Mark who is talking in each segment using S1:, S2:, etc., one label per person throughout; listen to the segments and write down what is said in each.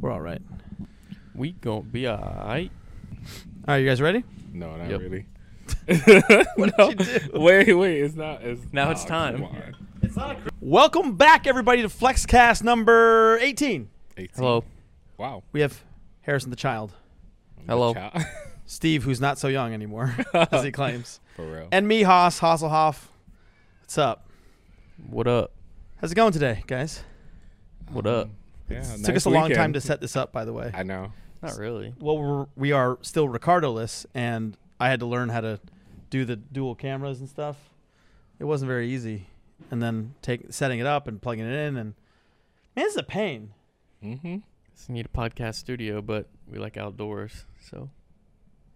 S1: We're all right.
S2: We gonna be alright.
S1: All right, you guys ready?
S3: No, not
S2: Yep.
S3: really.
S1: What
S3: No.
S1: did you do?
S3: Wait, wait. It's not. It's
S2: Now
S3: nah,
S2: it's time.
S3: come on.
S1: Welcome back, everybody, to FlexCast number 18.
S3: 18.
S2: Hello.
S3: Wow.
S1: We have Harrison the Child,
S2: Hello.
S3: Child.
S1: Steve, who's not so young anymore, as he claims,
S3: For real.
S1: and me, Haas Hasselhoff. What's up?
S2: What up?
S1: How's it going today, guys?
S2: What up?
S3: yeah,
S1: It
S3: nice
S1: took us a long
S3: weekend.
S1: time to set this up, by the way.
S3: I know.
S2: Not really.
S1: well, we're, we are still Ricardo-less, and I had to learn how to do the dual cameras and stuff. It wasn't very easy, and then take setting it up and plugging it in, and man, this is a pain.
S3: Mm-hmm.
S2: Just need a podcast studio, but we like outdoors, so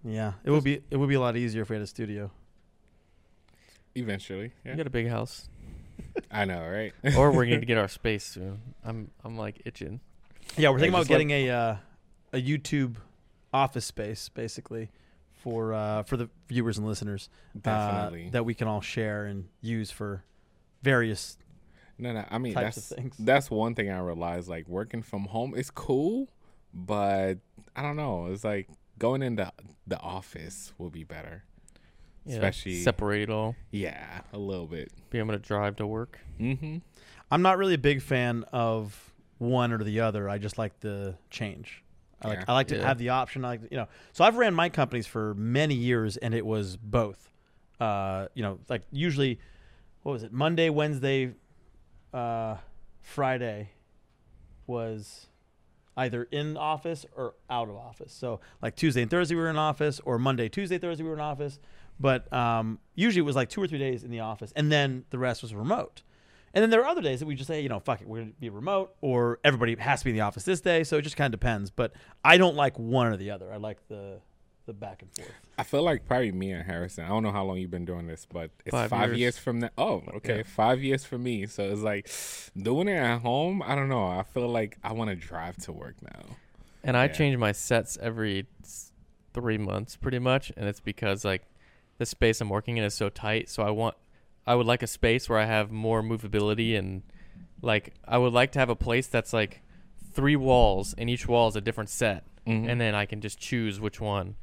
S1: Yeah, it would be it would be a lot easier if we had a studio.
S3: Eventually. Yeah.
S2: we got a big house.
S3: I know, right?
S2: or we're gonna get our space soon. I'm I'm like itching.
S1: Yeah, we're
S3: Hey,
S1: thinking about
S3: just like-
S1: getting a uh, a YouTube office space, basically, for uh, for the viewers and listeners uh,
S3: Definitely.
S1: that we can all share and use for various.
S3: no, no. I mean,
S1: types
S3: that's
S1: of things.
S3: that's one thing I realized. Like working from home is cool, but I don't know. It's like going into the office will be better.
S2: Yeah,
S3: Especially-
S2: separate it all.
S3: Yeah, a little bit.
S2: Be able to drive to work.
S3: Mm-hmm.
S1: I'm not really a big fan of one or the other. I just like the change. I like
S3: Yeah.
S1: I like to
S2: Yeah.
S1: have the option. I like you know. So I've ran my companies for many years, and it was both. Uh, you know, like usually, what was it? Monday, Wednesday, uh, Friday was either in office or out of office. So like Tuesday and Thursday we were in office, or Monday, Tuesday, Thursday we were in office. But um, usually it was like two or three days in the office, and then the rest was remote. And then there are other days that we just say, you know, fuck it, we're gonna be remote, or everybody has to be in the office this day. So it just kind of depends. But I don't like one or the other. I like the the back and forth.
S3: I feel like probably me and Harrison. I don't know how long you've been doing this, but it's
S2: Five
S3: five,
S2: years.
S3: years. from now. Oh, okay,
S2: Yeah.
S3: five years for me. So it's like doing it at home. I don't know. I feel like I want to drive to work now.
S2: And I
S3: Yeah.
S2: change my sets every s- three months, pretty much, and it's because like the space I'm working in is so tight. So I want, I would like a space where I have more movability and like I would like to have a place that's like three walls, and each wall is a different set,
S3: Mhm.
S2: and then I can just choose which one,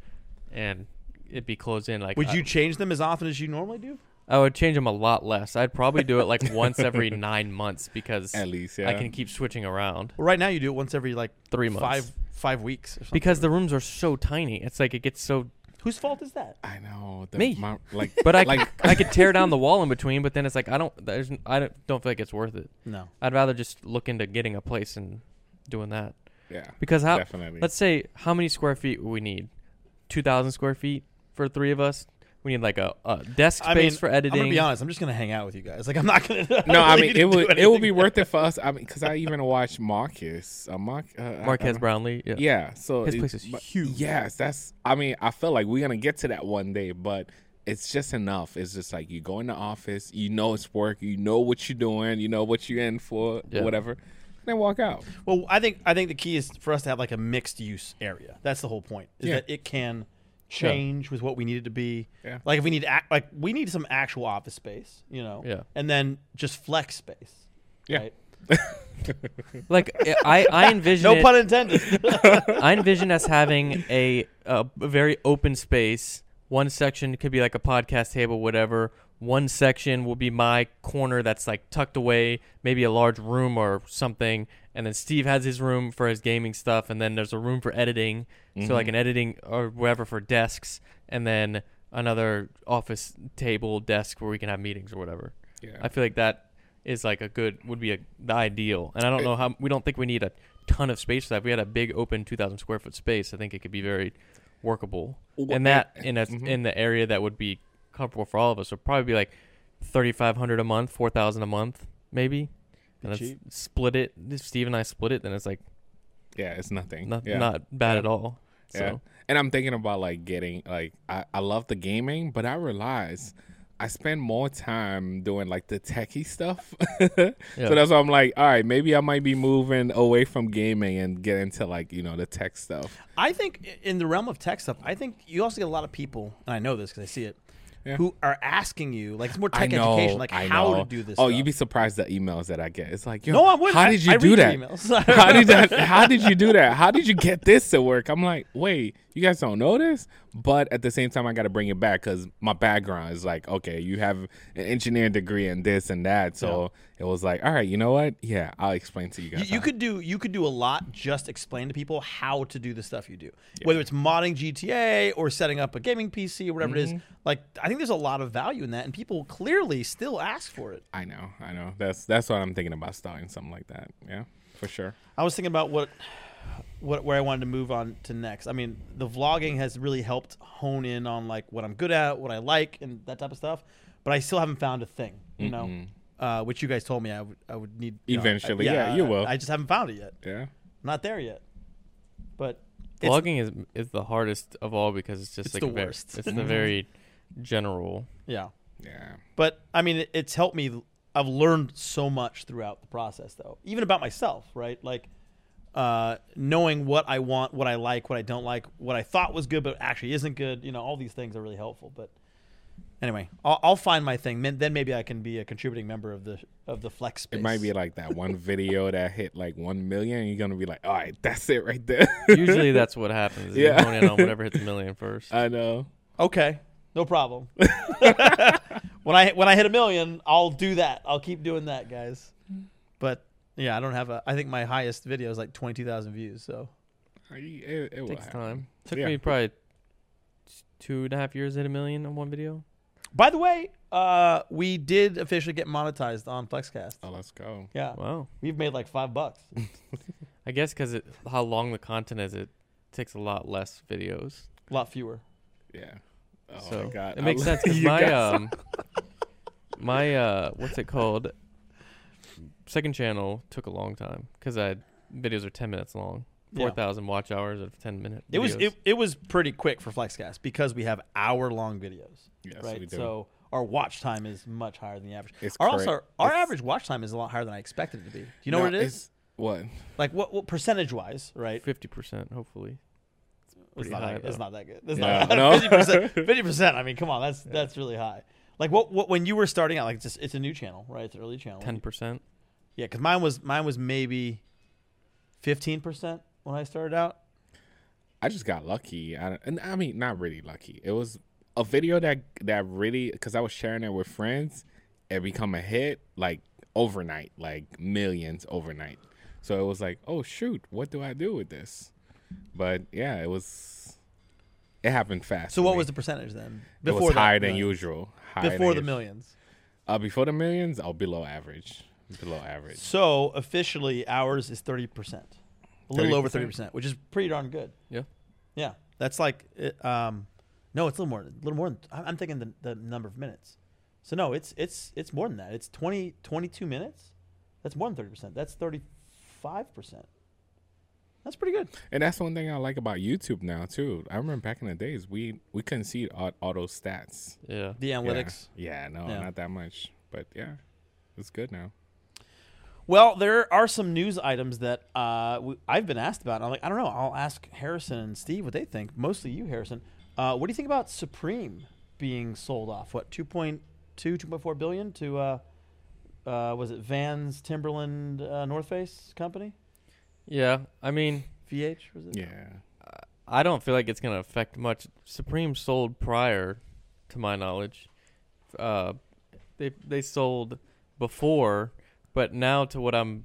S2: and it'd be closed in. Like
S1: Would
S2: I,
S1: you change them as often as you normally do?
S2: I would change them a lot less. I'd probably do it like once every nine months because
S3: At least, yeah.
S2: I can keep switching around.
S1: Well, right now you do it once every like
S2: Three months.
S1: five five weeks. Or something.
S2: Because the rooms are so tiny, it's like it gets so
S1: whose fault is that?
S3: I know. The,
S2: Me.
S3: my- like,
S2: But I,
S3: like.
S2: I could tear down the wall in between, but then it's like I don't there's n- I don't, don't feel like it's worth it.
S1: No.
S2: I'd rather just look into getting a place and doing that
S3: yeah.
S2: because how
S3: Definitely.
S2: let's say how many square feet we need? Two thousand square feet for three of us. We need like a, a desk
S1: I
S2: space
S1: mean,
S2: for
S1: I'm
S2: editing.
S1: gonna be honest. I'm just gonna hang out with you guys. Like I'm not gonna.
S3: no, I
S1: really gonna
S3: mean it
S1: do
S3: would it would be
S1: anything.
S3: worth it for us. I mean, because I even watched Marcus. Uh, Mar- uh, I- I
S2: Marquez
S3: don't-
S2: Brownlee. Yeah.
S3: Yeah. So
S2: His
S3: it-
S2: place is
S3: but-
S2: huge.
S3: Yes, that's. I mean, I feel like we're gonna get to that one day, but it's just enough. It's just like you go in the office, you know it's work, you know what you're doing, you know what you're in for,
S2: Yeah.
S3: whatever, and then walk out.
S1: Well, I think I think the key is for us to have like a mixed use area. That's the whole point. Is
S3: Yeah.
S1: that it can change with what we need it to be.
S3: Yeah.
S1: Like if we need ac like we need some actual office space, you know.
S2: Yeah.
S1: And then just flex space.
S3: Yeah.
S1: Right?
S2: Like I I envision
S1: No
S2: it-
S1: pun intended.
S2: I envision us having a, a very open space. One section could be like a podcast table, whatever. One section will be my corner that's like tucked away, maybe a large room or something. And then Steve has his room for his gaming stuff. And then there's a room for editing. So, like an editing or whatever for desks. And then another office table desk where we can have meetings or whatever.
S3: Yeah.
S2: I feel like that is like a good would be a, the ideal. And I don't know how we don't think we need a ton of space for that. If we had a big open 2,000 square foot space, I think it could be very workable.
S3: Wha-
S2: And
S3: eh,
S2: that in a in the area that would be comfortable for all of us would probably be like 3,500 a month, 4,000 a month, maybe. And
S1: cheap.
S2: it's split it. If Steve and I split it, then it's like
S3: Yeah, it's nothing.
S2: not
S3: yeah.
S2: not bad at all. So
S3: Yeah. And I'm thinking about like getting like I, I love the gaming, but I realize I spend more time doing like the techie stuff. So that's why I'm like, all right, maybe I might be moving away from gaming and get into like, you know, the tech stuff.
S1: I think i- in the realm of tech stuff, I think you also get a lot of people, and I know this because I see it,
S3: Yeah.
S1: who are asking you like it's more
S3: I
S1: tech
S3: know,
S1: education, like
S3: I
S1: how
S3: know.
S1: to do this.
S3: Oh,
S1: stuff.
S3: you'd be surprised the emails that I get. It's like, yo,
S1: no, I wouldn't.
S3: how
S1: I-
S3: did you
S1: I
S3: do
S1: read your
S3: that?
S1: emails.
S3: how did that, how did you do that? How did you get this to work? I'm like, wait, you guys don't know this, but at the same time, I got to bring it back because my background is like, okay, you have an engineering degree and this and that, so it was like, all right, you know what? Yeah, I'll explain to you
S1: You,
S3: guys.
S1: you could do you could do a lot. Just explain to people how to do the stuff you do, whether it's modding GTA or setting up a gaming PC or whatever it is.
S3: Mm-hmm.
S1: Like I think there's a lot of value in that, and people clearly still ask for it.
S3: I know, I know. That's that's what I'm thinking about starting something like that. Yeah, for sure.
S1: I was thinking about what what where I wanted to move on to next. I mean, the vlogging has really helped hone in on like what I'm good at, what I like, and that type of stuff. But I still haven't found a thing, you know, uh, which you guys told me I would I would need you know, I-
S3: Eventually, yeah, you
S1: I-
S3: will.
S1: I just haven't found it yet.
S3: Yeah.
S1: I'm not there yet. But it's-
S2: Vlogging is is the hardest of all because it's just
S1: It's
S2: like
S1: the
S2: a very-
S1: worst.
S2: it's the very general.
S1: yeah.
S3: Yeah,
S1: But I mean, it, it's helped me. I've learned so much throughout the process, though, even about myself, right? Like uh, knowing what I want, what I like, what I don't like, what I thought was good but actually isn't good. You know, all these things are really helpful. But anyway, I'll, I'll find my thing. Then then maybe I can be a contributing member of the of the flex space.
S3: it might be like that one video that hit like one million. And you're gonna be like, all right, that's it right there.
S2: Usually that's what happens. Yeah.
S3: Yeah. Uh,
S2: You're going in on whatever hits a million first.
S3: I know.
S1: okay, no problem. when I when I hit a million, I'll do that. I'll keep doing that, guys. But yeah, I don't have a. I think my highest video is like twenty two thousand views. So.
S3: It, it will
S2: takes
S3: happen.
S2: time. Took
S3: Yeah.
S2: me probably two and a half years to hit a million on one video.
S1: By the way, uh, we did officially get monetized on Flexcast.
S3: Oh, let's go.
S1: Yeah,
S2: Wow.
S1: we've made like five bucks.
S2: I guess because how long the content is, it takes a lot less videos.
S1: A lot fewer.
S3: Yeah. Oh
S2: so
S3: my god.
S2: it makes
S3: I
S2: sense
S3: love
S2: 'cause
S3: you
S2: my
S3: guys.
S2: um my uh what's it called second channel took a long time because I videos are ten minutes long.
S1: Yeah.
S2: Four thousand watch hours of ten minute.
S1: It was
S2: videos.
S1: it, it was pretty quick for Flexcast because we have hour long videos,
S3: Yes,
S1: right?
S3: we do.
S1: So our watch time is much higher than the average.
S3: It's
S1: our also our,
S3: correct.
S1: our
S3: It's-
S1: average watch time is a lot higher than I expected it to be. Do you know
S3: No,
S1: what it is?
S3: it's- What?
S1: Like what, what percentage wise, right?
S2: fifty percent hopefully.
S1: It's
S2: pretty
S1: not,
S2: high,
S1: that, it's
S2: though.
S1: not that good. It's
S3: Yeah,
S1: not that
S3: no.
S1: 50%, 50%. I mean, come on, that's that's really high. Like what, what when you were starting out, like it's, just, it's a new channel, right? It's an early channel.
S2: Ten percent.
S1: Yeah, because mine was mine was maybe fifteen percent when I started out.
S3: I just got lucky. I, and I mean, not really lucky. It was a video that that really because I was sharing it with friends. It become a hit like overnight, like millions overnight. So it was like, oh shoot, what do I do with this? But yeah, it was. It happened fast.
S1: So
S3: for
S1: what
S3: me.
S1: was the percentage then?
S3: It was higher
S1: the
S3: than
S1: million.
S3: usual. Higher than
S1: Before the
S3: usual.
S1: millions.
S3: Uh, before the millions, oh, below average. Below average.
S1: So officially, ours is thirty percent, a little over thirty
S3: 30%?
S1: percent, which is pretty darn good.
S2: Yeah.
S1: Yeah, that's like, it, um, no, it's a little more, a little more. Than, I- I'm thinking the, the number of minutes. So no, it's it's it's more than that. It's 20, 22 minutes. That's more than thirty percent. That's thirty five percent. That's pretty good.
S3: And that's one thing I like about YouTube now too. I remember back in the days we we couldn't see au- auto stats.
S2: Yeah.
S1: The analytics.
S3: Yeah, yeah no,
S1: Yeah.
S3: not that much. But yeah, it's good now.
S1: Well, there are some news items that uh, we, I've been asked about. and I'm like, I don't know. I'll ask Harrison and Steve what they think. Mostly you, Harrison. Uh, what do you think about Supreme being sold off? What 2.2, 2.4 billion to uh, uh, was it Vans Timberland uh, North Face company?
S2: Yeah. I mean,
S1: VH was it?
S3: Yeah,
S2: I don't feel like it's gonna affect much. Supreme sold prior, to my knowledge. Uh, they they sold before, but now to what I'm,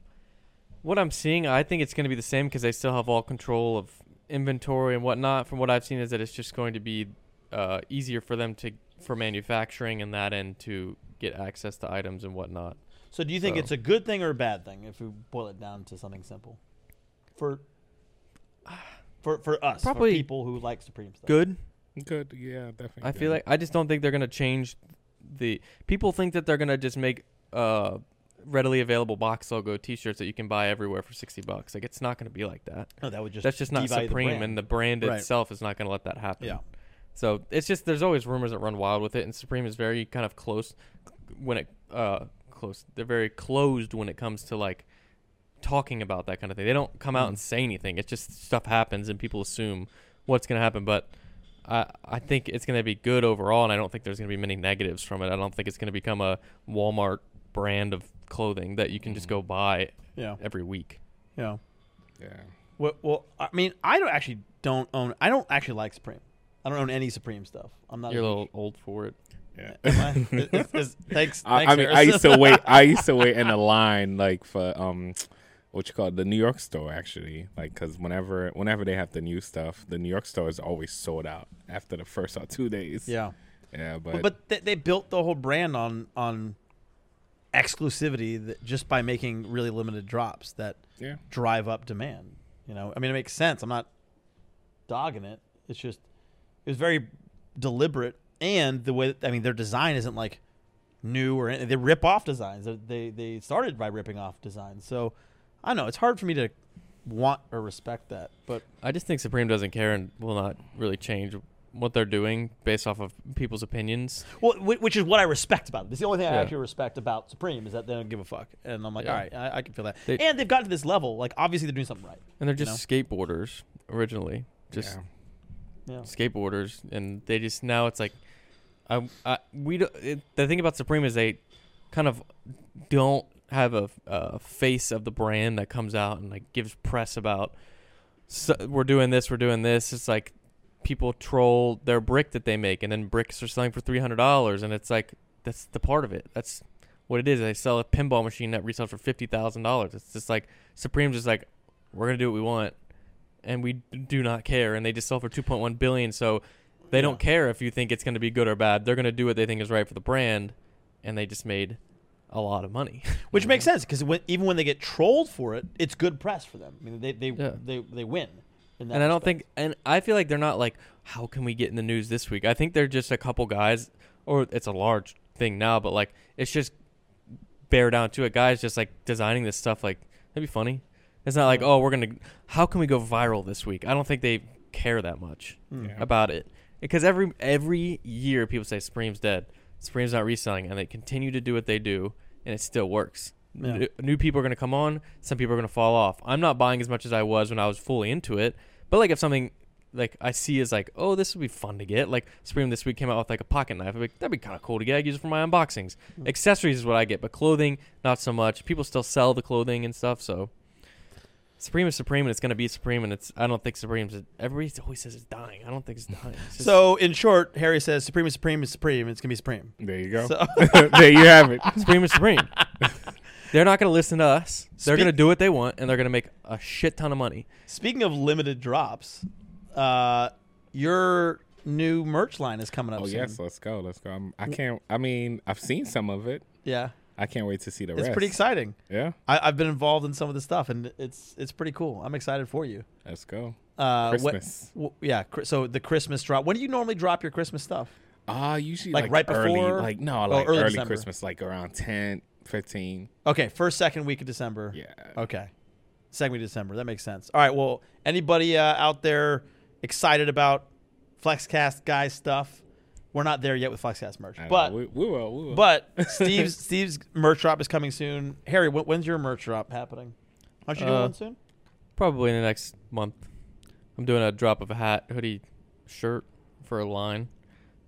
S2: what I'm seeing, I think it's gonna be the same because they still have all control of inventory and whatnot. From what I've seen, is that it's just going to be uh, easier for them to for manufacturing and that end to get access to items and whatnot.
S1: So do you think
S2: So-
S1: it's a good thing or a bad thing if we boil it down to something simple? For for for us,
S2: Probably
S1: for people who like Supreme stuff.
S2: Good.
S3: good. Yeah, definitely.
S2: I feel
S3: good.
S2: like I just don't think they're gonna change the people think that they're gonna just make uh readily available box logo t-shirts that you can buy everywhere for 60 bucks like it's not going to be like that
S1: No, that would just
S2: that's just not
S1: devalue the
S2: supreme
S1: brand.
S2: and the brand
S1: Right.
S2: itself is not going to let that happen
S1: yeah.
S2: so it's just there's always rumors that run wild with it and supreme is very kind of close when it uh close they're very closed when it comes to like talking about that kind of thing they don't come out and say anything it's just stuff happens and people assume what's going to happen but I I think it's going to be good overall, and I don't think there's going to be many negatives from it. I don't think it's going to become a Walmart brand of clothing that you can just go buy
S1: Yeah.
S2: every week.
S1: Yeah.
S3: Yeah.
S1: Well, well, I mean, I don't actually don't own. I don't actually like Supreme. I don't own any Supreme stuff. I'm not.
S2: You're a
S1: huge-
S2: little old for it.
S3: Yeah.
S1: Am I? Is- is- is- thanks.
S3: I,
S1: thanks,
S3: I mean, I
S1: Harrison.
S3: used to wait. I used to wait in a line like for um, what you call it, the New York store actually. Like, cause whenever whenever they have the new stuff, the New York store is always sold out after the first or two days.
S1: yeah,
S3: yeah, but,
S1: but, but they, they built the whole brand on on exclusivity that just by making really limited drops that
S3: yeah,
S1: drive up demand. You know, I mean, it makes sense. I'm not dogging it. It's just it was very deliberate, and the way I mean, their design isn't like new or anything. they rip off designs. They- They they started by ripping off designs. So I don't know it's hard for me to want or respect that, but
S2: I just think Supreme doesn't care and will not really change what they're doing based off of people's opinions.
S1: Well, whi- which is what I respect about them. It's the only thing I
S2: Yeah.
S1: actually respect about Supreme is that they don't give a fuck, and I'm like,
S2: Yeah.
S1: all right, I, I can feel that.
S2: They-
S1: and they've gotten to this level, like obviously they're doing something right.
S2: And they're
S1: you
S2: just skateboarders originally, just
S3: yeah.
S1: know? yeah.
S2: skateboarders, and they just now it's like, I, I we do, it, the thing about Supreme is they kind of don't have a, a face of the brand that comes out and like gives press about so, we're doing this, we're doing this. It's like people troll their brick that they make, and then bricks are selling for three hundred dollars, and it's like that's the part of it. That's what it is. They sell a pinball machine that resells for fifty thousand dollars. It's just like Supreme's just like we're gonna do what we want, and we do not care, and they just sell for two point one billion. So they don't care if you think it's gonna be good or bad. They're gonna do what they think is right for the brand, and they just made a lot of money.
S1: Which makes
S2: Mm-hmm.
S1: sense because when, even when they get trolled for it, it's good press for them. I mean, they they
S2: Yeah.
S1: they, they win. In that
S2: and I don't
S1: respect.
S2: think, and I feel like they're not like, how can we get in the news this week? I think they're just a couple guys, or it's a large thing now, but like it's just bare down to it. Guys just like designing this stuff, like that'd be funny. It's not like, oh, we're gonna, how can we go viral this week? I don't think they care that
S1: Mm.
S2: much
S1: hmm,
S3: Yeah.
S2: about it because every every year people say Supreme's dead, Supreme's not reselling, and they continue to do what they do, and it still works.
S1: Yeah.
S2: N- New people are going to come on, some people are going to fall off. I'm not buying as much as I was when I was fully into it, but like if something like I see is like, oh, this would be fun to get. Like Supreme this week came out with like a pocket knife. I'd be like, that'd be kind of cool to get. I would use it for my unboxings. Accessories is what I get, but clothing not so much. People still sell the clothing and stuff, so. Supreme is Supreme, and it's gonna be Supreme, and it's. I don't think Supreme's. Everybody always says it's dying. I don't think it's dying. It's just-
S1: So in short, Harry says Supreme is Supreme is Supreme. It's gonna be Supreme.
S3: There you go.
S1: So-
S3: there you have it.
S2: Supreme is Supreme. they're not gonna listen to us. They're
S1: Speak-
S2: gonna do what they want, and they're gonna make a shit ton of money.
S1: Speaking of limited drops, uh, your new merch line is coming up.
S3: Oh
S1: soon.
S3: yes, let's go. Let's go. I'm, I can't. I mean, I've seen some of it.
S1: yeah,
S3: I can't wait to see the
S1: it's
S3: rest.
S1: pretty exciting.
S3: Yeah,
S1: I, I've been involved in some of the stuff, and it's it's pretty cool. I'm excited for you.
S3: let's go.
S1: Uh, what-
S3: Christmas.
S1: w- yeah. cri- So the Christmas drop. When do you normally drop your Christmas stuff?
S3: Ah, usually
S1: Like
S3: like,
S1: right
S3: early,
S1: before
S3: like
S1: or
S3: no, like
S1: early
S3: early,
S1: December?
S3: Christmas, like around 10, 15.
S1: Okay, first second week of December.
S3: Yeah.
S1: Okay. Second week of December. That makes sense. All right. Well, anybody uh, out there excited about Flexcast guy stuff? We're not there yet with Flexcast merch,
S3: I don't know.
S1: but
S3: we, we will, we will.
S1: but Steve's Steve's merch drop is coming soon. Harry, when, when's your merch drop happening? Aren't you doing
S2: Uh,
S1: one soon?
S2: Probably in the next month. I'm doing a drop of a hat, hoodie, shirt for a line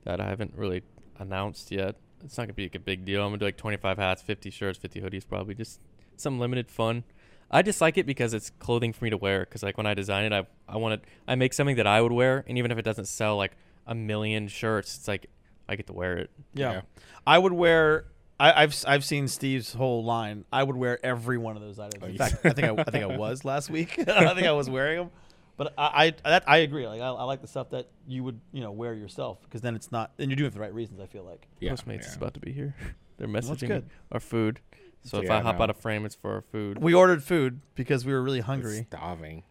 S2: that I haven't really announced yet. It's not gonna be like a big deal. I'm gonna do like 25 hats, 50 shirts, 50 hoodies, probably just some limited fun. I just like it because it's clothing for me to wear. Because like when I design it, I I want to I make something that I would wear, and even if it doesn't sell like a million shirts, it's like I get to wear it.
S1: Yeah.
S3: Yeah.
S1: I would wear. I, I've I've seen Steve's whole line. I would wear every one of those items. In
S3: you-
S1: fact, I think I, I think I was last week. I think I was wearing them. But I I, that, I agree. Like I, I like the stuff that you would you know wear yourself because then it's not and you're doing it for the right reasons. I feel like.
S3: yeah,
S2: Postmates
S3: yeah.
S2: is about to be here. They're messaging
S1: good.
S2: our food. So if
S3: Yeah,
S2: I
S3: I
S2: hop
S3: know.
S2: out of frame, it's for our food.
S1: We ordered food because we were really hungry.
S3: starving.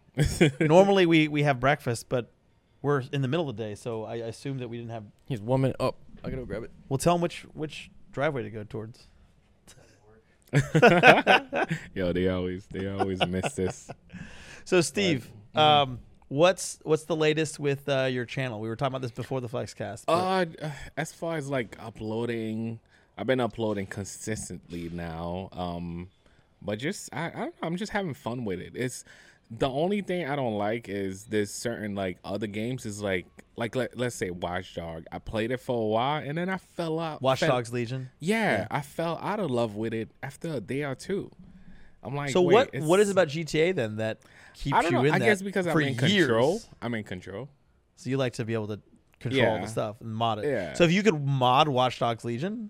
S1: Normally we we have breakfast, but we're in the middle of the day, so I assume that we didn't have.
S2: He's one minute. Oh, I gotta go grab it.
S1: We'll tell them which which driveway to go towards.
S3: Yo, they always they always miss this.
S1: So Steve,
S3: Mm-hmm.
S1: um, what's what's the latest with uh, your channel? We were talking about this before the Flexcast. but-
S3: Uh, as far as like uploading, I've been uploading consistently now. Um, but just I, I don't know, I'm just having fun with it. It's the only thing I don't like is there's certain like other games is like like let, let's say Watchdog. I played it for a while and then I fell out.
S1: Watch
S3: fell-
S1: Dogs Legion.
S3: Yeah, I fell out of love with it after a day or two. I'm like,
S1: So
S3: wait,
S1: what
S3: it's-
S1: what is it about GTA then that keeps
S3: I don't
S1: you
S3: know.
S1: in
S3: I
S1: that
S3: guess because I'm
S1: for
S3: in
S1: years?
S3: control. I'm in control.
S1: So you like to be able to control all
S3: Yeah.
S1: the stuff and mod it.
S3: Yeah.
S1: So if you could mod Watch Dogs Legion,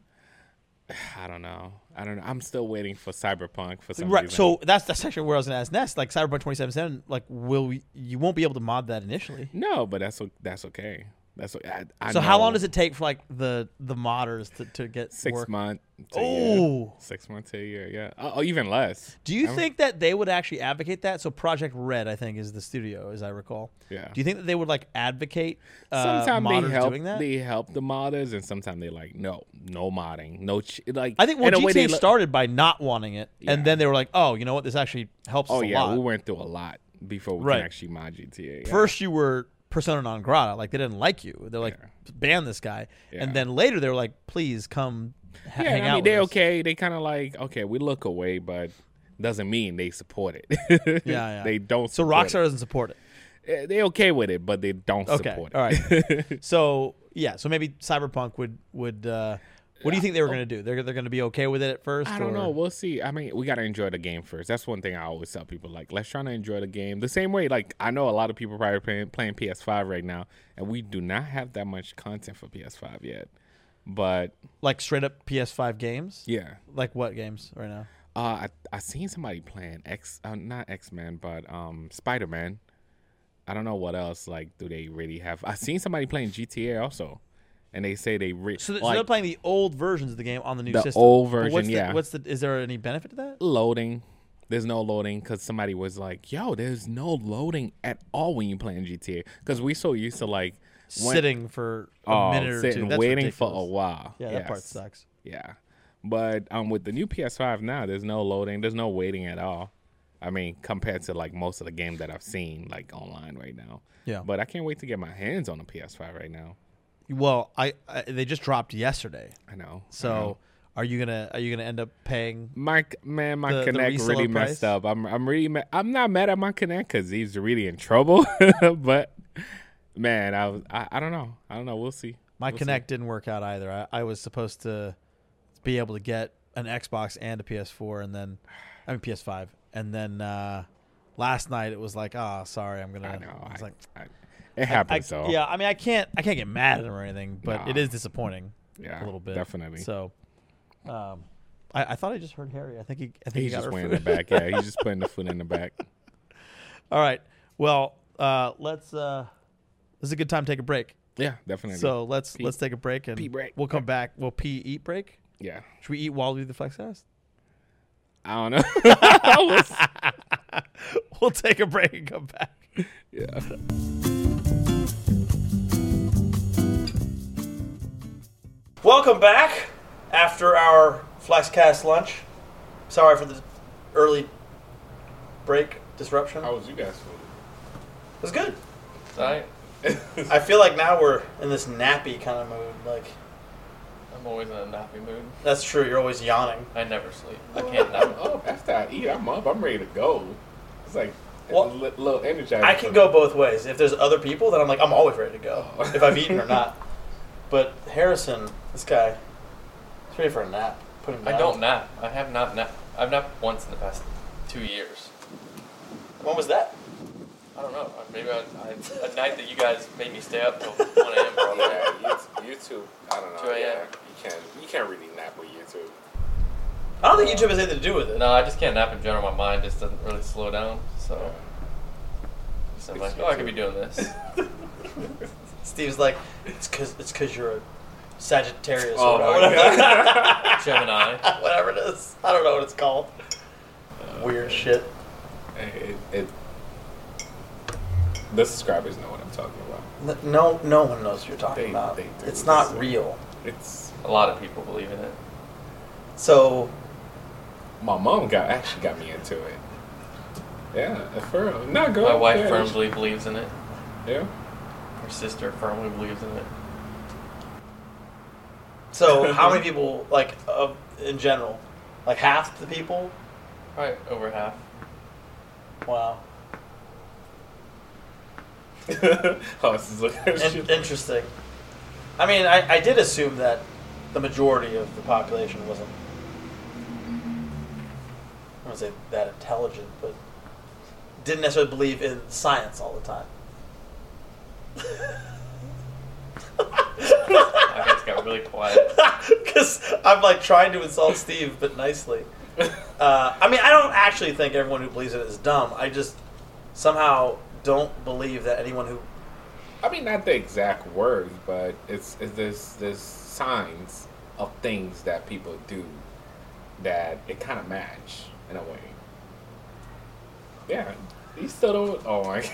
S3: I don't know. I don't know. I'm still waiting for Cyberpunk for some
S1: right?
S3: reason.
S1: So that's that's actually where I was gonna ask Nest. Like Cyberpunk 2077, like will we, you won't be able to mod that initially.
S3: no, but that's o- that's okay. That's o- I, I
S1: so how long
S3: know
S1: does it take for like the the modders to, to get
S3: Six
S1: work?
S3: month. To year.
S1: Oh,
S3: Six months to a year. Yeah. Oh, oh, even less.
S1: do you
S3: I'm-
S1: think that they would actually advocate that? So Project Red, I think, is the studio, as I recall.
S3: Yeah.
S1: Do you think that they would like advocate uh,
S3: Sometimes
S1: modders
S3: they help.
S1: doing that?
S3: They help the modders, and sometimes they like no, no modding, no ch- like.
S1: I think well,
S3: in a way they
S1: GTA
S3: look-
S1: started by not wanting it,
S3: Yeah.
S1: and then they were like, "Oh, you know what? This actually helps
S3: Oh
S1: us a
S3: yeah,
S1: lot."
S3: we went through a lot before we
S1: Right.
S3: can actually mod GTA. yeah.
S1: First, you were persona non grata, like they didn't like you. They're like, "Ban this guy,"
S3: Yeah.
S1: and then later they were like, "Please come ha-
S3: yeah,
S1: hang
S3: I
S1: out."
S3: mean they
S1: with us.
S3: okay. They kind of like okay, we look away, but doesn't mean they support it.
S1: Yeah, yeah.
S3: they don't.
S1: So
S3: support
S1: Rockstar doesn't support it.
S3: it. Eh, they okay with it, but they don't
S1: Okay,
S3: support it.
S1: all right. so yeah, so maybe Cyberpunk would would. Uh, what do you think they were going to do? They're they're going to be okay with it at first?
S3: I don't
S1: or-
S3: know. We'll see. I mean, we gotta enjoy the game first. That's one thing I always tell people. Like, let's try to enjoy the game. The same way, like I know a lot of people probably playing, playing PS5 right now, and we do not have that much content for PS5 yet. But
S1: Like straight up PS5 games.
S3: yeah,
S1: Like what games right now?
S3: uh, I I seen somebody playing X, uh, not X Men, but um Spider Man. I don't know what else like do they really have. I seen somebody playing GTA also, and they say they re-
S1: So, th- so
S3: like,
S1: they're playing the old versions of the game on the new
S3: The
S1: system.
S3: old
S1: But What's
S3: version,
S1: the,
S3: yeah.
S1: What's the? Is there any benefit to that?
S3: loading. There's no loading because somebody was like, "Yo, there's no loading at all when you playing GTA." Because we so used to like when-
S1: sitting for a
S3: oh,
S1: minute or
S3: sitting
S1: two, That's
S3: waiting for a
S1: ridiculous.
S3: while.
S1: Yeah, that part
S3: Yes.
S1: sucks.
S3: Yeah, but um, with the new PS5 now, there's no loading. There's no waiting at all. I mean, compared to like most of the game that I've seen like online right now.
S1: Yeah.
S3: But I can't wait to get my hands on a PS5 right now.
S1: Well, I, I they just dropped yesterday.
S3: I know. I
S1: So
S3: know.
S1: are you gonna are you gonna end up paying?
S3: My man, my
S1: The- the
S3: connect
S1: reseller
S3: really
S1: price?
S3: messed up. I'm I'm really ma- I'm not mad at my connect because he's really in trouble. but man, I was I, I don't know I don't know. We'll see.
S1: My
S3: We'll see.
S1: Connect didn't work out either. I, I was supposed to be able to get an Xbox and a PS4, and then I mean PS5, and then uh, last night it was like, ah, sorry, I'm gonna.
S3: I know.
S1: I was
S3: I-
S1: like,
S3: I- it
S1: I,
S3: happens though.
S1: yeah, I mean, I can't I can't get mad at him or anything, but it
S3: Nah.
S1: is disappointing a
S3: yeah,
S1: little bit,
S3: Definitely.
S1: So, um, I, I thought I just heard Harry. I think he I think he
S3: he's
S1: got
S3: just
S1: her
S3: wearing
S1: food.
S3: the back. Yeah, he's just putting the foot in the back.
S1: All right. Well, uh, let's. Uh, this is a good time to take a break.
S3: Yeah, definitely.
S1: So let's
S3: Pee-
S1: let's take a break and
S3: pee break.
S1: we'll come back. We'll pee eat break.
S3: yeah,
S1: Should we eat while we do the flex cast?
S3: I don't know. I was-
S1: We'll take a break and come back.
S3: yeah.
S1: Welcome back after our Flexcast lunch. Sorry for the early break disruption. It
S3: was you guys?
S1: was good.
S4: I,
S1: I feel like now we're in this nappy kind of mood. Like
S4: I'm always in a nappy mood.
S1: that's true. You're always yawning.
S4: I never sleep. I can't nap.
S3: up after I eat. I'm up. I'm ready to go. It's like
S1: Well,
S3: little energy.
S1: I can go both ways. If there's other people, then I'm like, I'm always ready to go, if I've eaten or not. But Harrison, this guy, he's ready for a nap. Put him down.
S2: I don't nap. I have not nap. I've napped once in the past two years.
S1: When was that?
S2: I don't know. Maybe I, I, a night that you guys made me stay up till 1 a.m. probably.
S3: Oh, yeah, YouTube. I don't
S2: know, 2 a.m. Oh, yeah.
S3: you can't. You can't really nap with YouTube.
S1: I don't think YouTube has anything to do with it.
S2: No, I just can't nap in general. My mind just doesn't really slow down. So, so I'm like, oh, I could be doing this.
S1: Steve's like, it's cause it's cause you're a Sagittarius
S3: Oh
S1: or
S3: my
S1: whatever.
S2: Gemini.
S1: whatever it is. I don't know what it's called. Weird shit.
S3: It, it, the subscribers know what I'm talking about.
S1: N- No, no one knows what you're talking
S3: They-
S1: about.
S3: they do
S1: it's not
S3: this.
S1: real.
S3: It's
S2: A lot of people believe in it.
S1: So
S3: my mom got actually got me into it. Yeah, for real. Not good.
S2: My wife
S3: yeah,
S2: firmly believes in it.
S3: Yeah.
S2: Her sister firmly believes in it.
S1: so how many people like of in general? Like half the people
S2: Probably over half.
S1: Wow.
S3: Hoss Oh, is looking at
S1: In-
S3: shit.
S1: interesting. I mean, I, I did assume that the majority of the population wasn't. I wouldn't say that intelligent, but didn't necessarily believe in science all the time.
S2: I guys got really quiet.
S1: Because I'm like trying to insult Steve, but nicely. Uh, I mean, I don't actually think everyone who believes in it is dumb. I just somehow don't believe that anyone who
S3: I mean, not the exact words, but it's, it's there's there's signs of things that people do that it kind of match in a way. Yeah, he still don't. Oh my. God.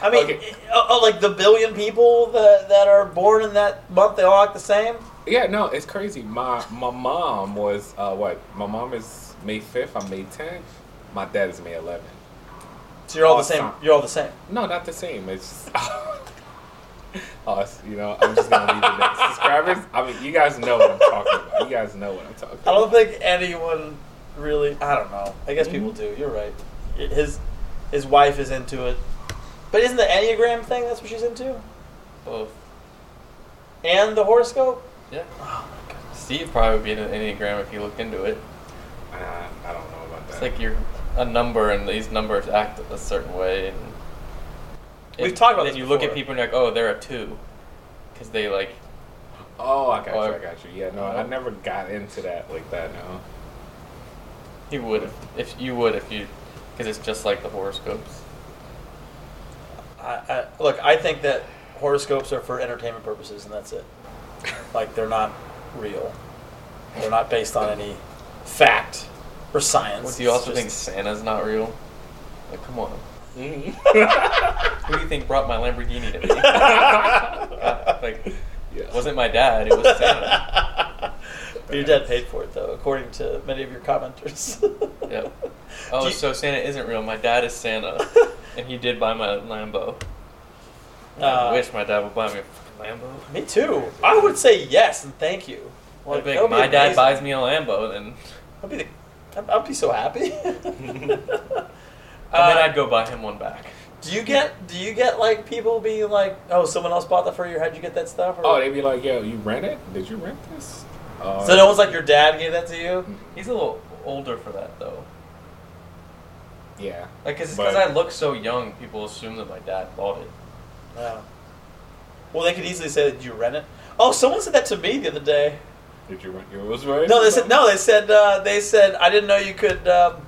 S1: I mean,
S3: Okay.
S1: uh, uh, like the billion people that that are born in that month, they all act the same.
S3: Yeah, no, it's crazy. My my mom was uh, what? My mom is May fifth. I'm May tenth. My dad is May eleventh.
S1: So you're all the same.
S3: Awesome.
S1: You're all the same.
S3: No, not the same. It's us. You know, I'm just gonna leave it there. Subscribers. I mean, you guys know what I'm talking about. You guys know what I'm talking
S1: I
S3: about.
S1: don't think anyone really. I don't know. I guess people do. You're right. I- His his wife is into it, but isn't the enneagram thing that's what she's into,
S2: Both.
S1: and the horoscope?
S2: Yeah. Steve probably would be in an enneagram if you looked into it.
S3: Uh, I don't know about
S2: It's
S3: that.
S2: like you're a number, and these numbers act a certain way. And
S1: We've talked about
S2: and
S1: this
S2: You look at
S1: before.
S2: people and you're like, oh, they're a two, because they like
S3: oh, I got you. I
S2: Oh.
S3: got you. Yeah, no, I never got into that like that. No.
S2: you would if, if you would if you, because it's just like the horoscopes.
S1: I, I look. I think that horoscopes are for entertainment purposes, and that's it. Like they're not real. They're not based on any fact or science.
S2: What, do you
S1: It's
S2: also
S1: just-
S2: think Santa's not real? Like, come on. Mm-hmm. Who do you think brought my Lamborghini to me? God, like,
S3: Yeah.
S2: it wasn't my dad. It was Santa.
S1: But your dad paid for it, though, according to many of your commenters.
S2: Yep. Oh,
S1: Do you-
S2: so Santa isn't real. My dad is Santa, and he did buy my Lambo.
S1: Uh,
S2: I wish my dad would buy me a Lambo.
S1: Me too. I would say yes and thank you.
S2: Like,
S1: that would be
S2: my dad
S1: amazing.
S2: buys me a Lambo, then and
S1: I'd be, the, I'd, I'd be so happy.
S2: then
S1: Uh,
S2: I'd go buy him one back.
S1: Do you get do you get like people being like, oh, someone else bought that for you? How'd you get that stuff? Or,
S3: Oh, they'd be like, "Yo, you rent it? Did you rent this?" Uh,
S1: so no one's like your dad gave that to you.
S2: He's a little older for that though.
S3: Yeah.
S2: Like, cause, it's
S3: But-
S2: 'cause I look so young, people assume that my dad bought it.
S1: Yeah. Oh. Well, they could easily say that you rent it. Oh, someone said that to me the other day.
S3: Did you rent yours? Right?
S1: No, they said no. They said uh, they said I didn't know you could um,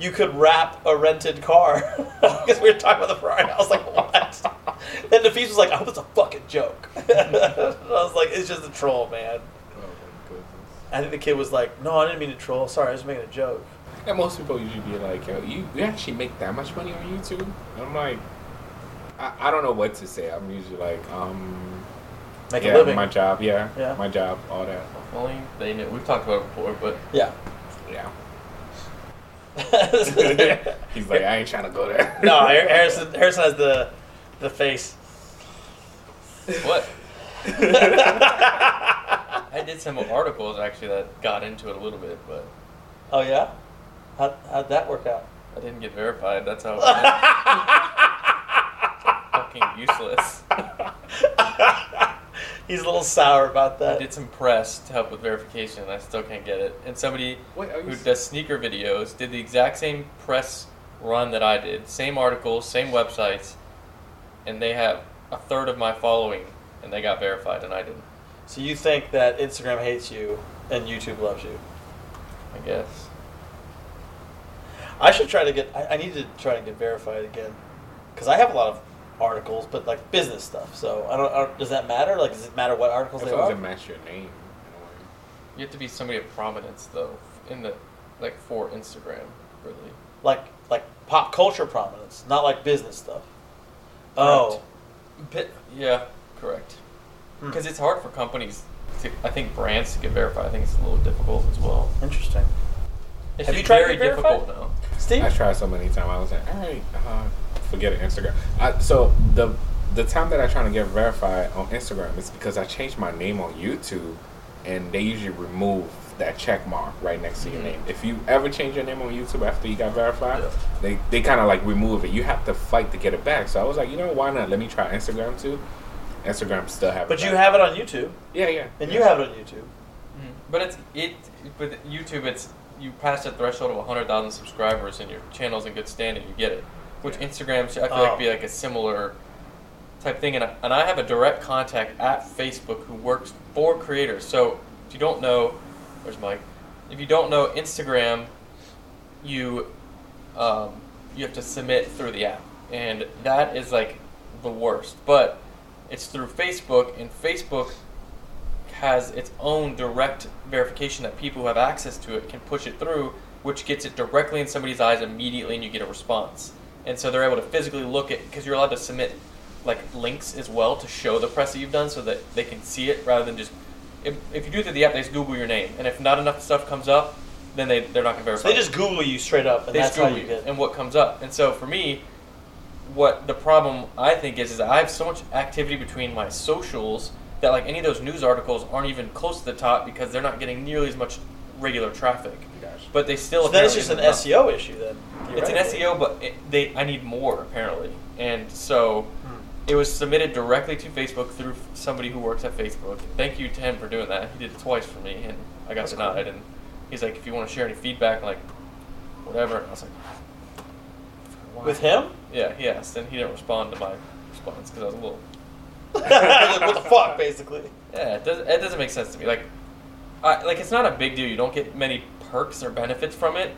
S1: you could wrap a rented car because we were talking about the Ferrari. I was like, what? Then the was like, I hope it's a fucking joke. I was like, it's just a troll, man.
S3: Oh my goodness.
S1: I think the kid was like, no, I didn't mean to troll. Sorry, I was making a joke.
S3: And most people usually be like, yo, you, you actually make that much money on YouTube? And I'm like, I, I don't know what to say. I'm usually like, um,
S1: Make
S3: yeah,
S1: a living.
S3: my job, yeah,
S1: Yeah.
S3: my job, all that.
S2: If Only they knew. We've talked about it before, but
S1: yeah.
S3: Yeah. He's like, I ain't trying to go there.
S1: no, Har- Harrison. Harrison has the the face.
S2: what? I did some articles actually that got into it a little bit, but
S1: Oh yeah. How how'd that work out?
S2: I didn't get verified. That's how. It went. Fucking useless.
S1: He's a little sour about
S2: I
S1: that.
S2: did some press to help with verification, and I still can't get it. And somebody
S3: Wait, are you
S2: who
S3: s-
S2: does sneaker videos did the exact same press run that I did, same articles, same websites, and they have a third of my following, and they got verified, and I didn't.
S1: So you think that Instagram hates you and YouTube loves you?
S2: I guess.
S1: I should try to get. I, I need to try and get verified again, because I have a lot of articles, but like business stuff. So I don't. I don't does that matter? Like, does it matter what articles
S3: As
S1: they
S3: long
S1: are?
S3: as it match your name.
S2: You have to be somebody of prominence though, in the like for Instagram, really.
S1: like, like pop culture prominence, not like business stuff. Oh,
S2: But, yeah, correct.
S3: Hmm.
S1: Hmm.
S2: Because it's hard for companies to, I think brands to get verified. I think it's a little difficult as well.
S1: interesting.
S2: It's
S1: Have you tried to
S2: very
S1: get verified?
S2: difficult now.
S1: Steve,
S3: I tried so many times. I was like, all right, uh, forget it, Instagram. I, so the the time that I trying to get verified on Instagram is because I changed my name on YouTube, and they usually remove that check mark right next to your
S1: Mm-hmm.
S3: name. If you ever change your name on YouTube after you got verified, they, they kind of like remove it. You have to fight to get it back. So I was like, you know, why not? Let me try Instagram too. Instagram still have
S1: But
S3: it.
S1: you
S3: back.
S1: have it on YouTube,
S3: yeah, yeah,
S1: and you have it on YouTube.
S2: Mm. But it's it with YouTube. It's you pass a threshold of 100,000 subscribers and your channel's in good standing. You get it. Which Instagram should I feel
S1: Oh.
S2: like be like a similar type thing. And I, and I have a direct contact at Facebook who works for creators. So if you don't know, there's Mike. If you don't know Instagram, you um, you have to submit through the app, and that is like the worst. But it's through Facebook, and Facebook has its own direct verification that people who have access to it can push it through, which gets it directly in somebody's eyes immediately, and you get a response. And so they're able to physically look at because you're allowed to submit like links as well to show the press that you've done, so that they can see it rather than just. If, if you do it through the app, they just Google your name, and if not enough stuff comes up, then they they're not gonna verify.
S1: So they
S2: it
S1: just Google you straight up, and
S2: they
S1: that's
S2: screw
S1: how you
S2: you
S1: get.
S2: and what comes up. And so for me, what the problem I think is is I have so much activity between my socials that like any of those news articles aren't even close to the top because they're not getting nearly as much regular traffic.
S3: Gotcha.
S2: But they still
S1: So then it's
S2: apparently
S1: just an E
S2: get enough.
S1: SEO issue then.
S2: It's an E
S1: theoretically.
S2: SEO, but it, they I need more apparently, and so
S1: Hmm.
S2: it was submitted directly to Facebook through somebody who works at Facebook. Thank you to him for doing that. He did it twice for me, and I got denied. And he's like, "If you want to share any feedback, like whatever," and I was like, "Why?"
S1: With him?
S2: Yeah, he asked, and he didn't respond to my response because I was a little.
S1: what the fuck, basically?
S2: Yeah, it doesn't. It doesn't make sense to me. Like, I like it's not a big deal. You don't get many perks or benefits from it.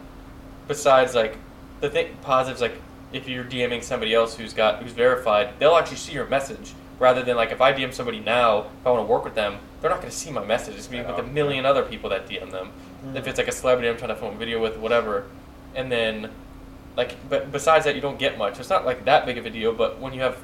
S2: Besides, like the thing positives, like if you're DMing somebody else who's got who's verified, they'll actually see your message rather than like if I DM somebody now, if I want to work with them, they're not going to see my message. It's me
S3: At
S2: with
S3: all. Hmm.
S2: a million other people that DM them. If it's like a celebrity I'm trying to film a video with, whatever, and then like but besides that you don't get much it's not like that big of a deal but when you have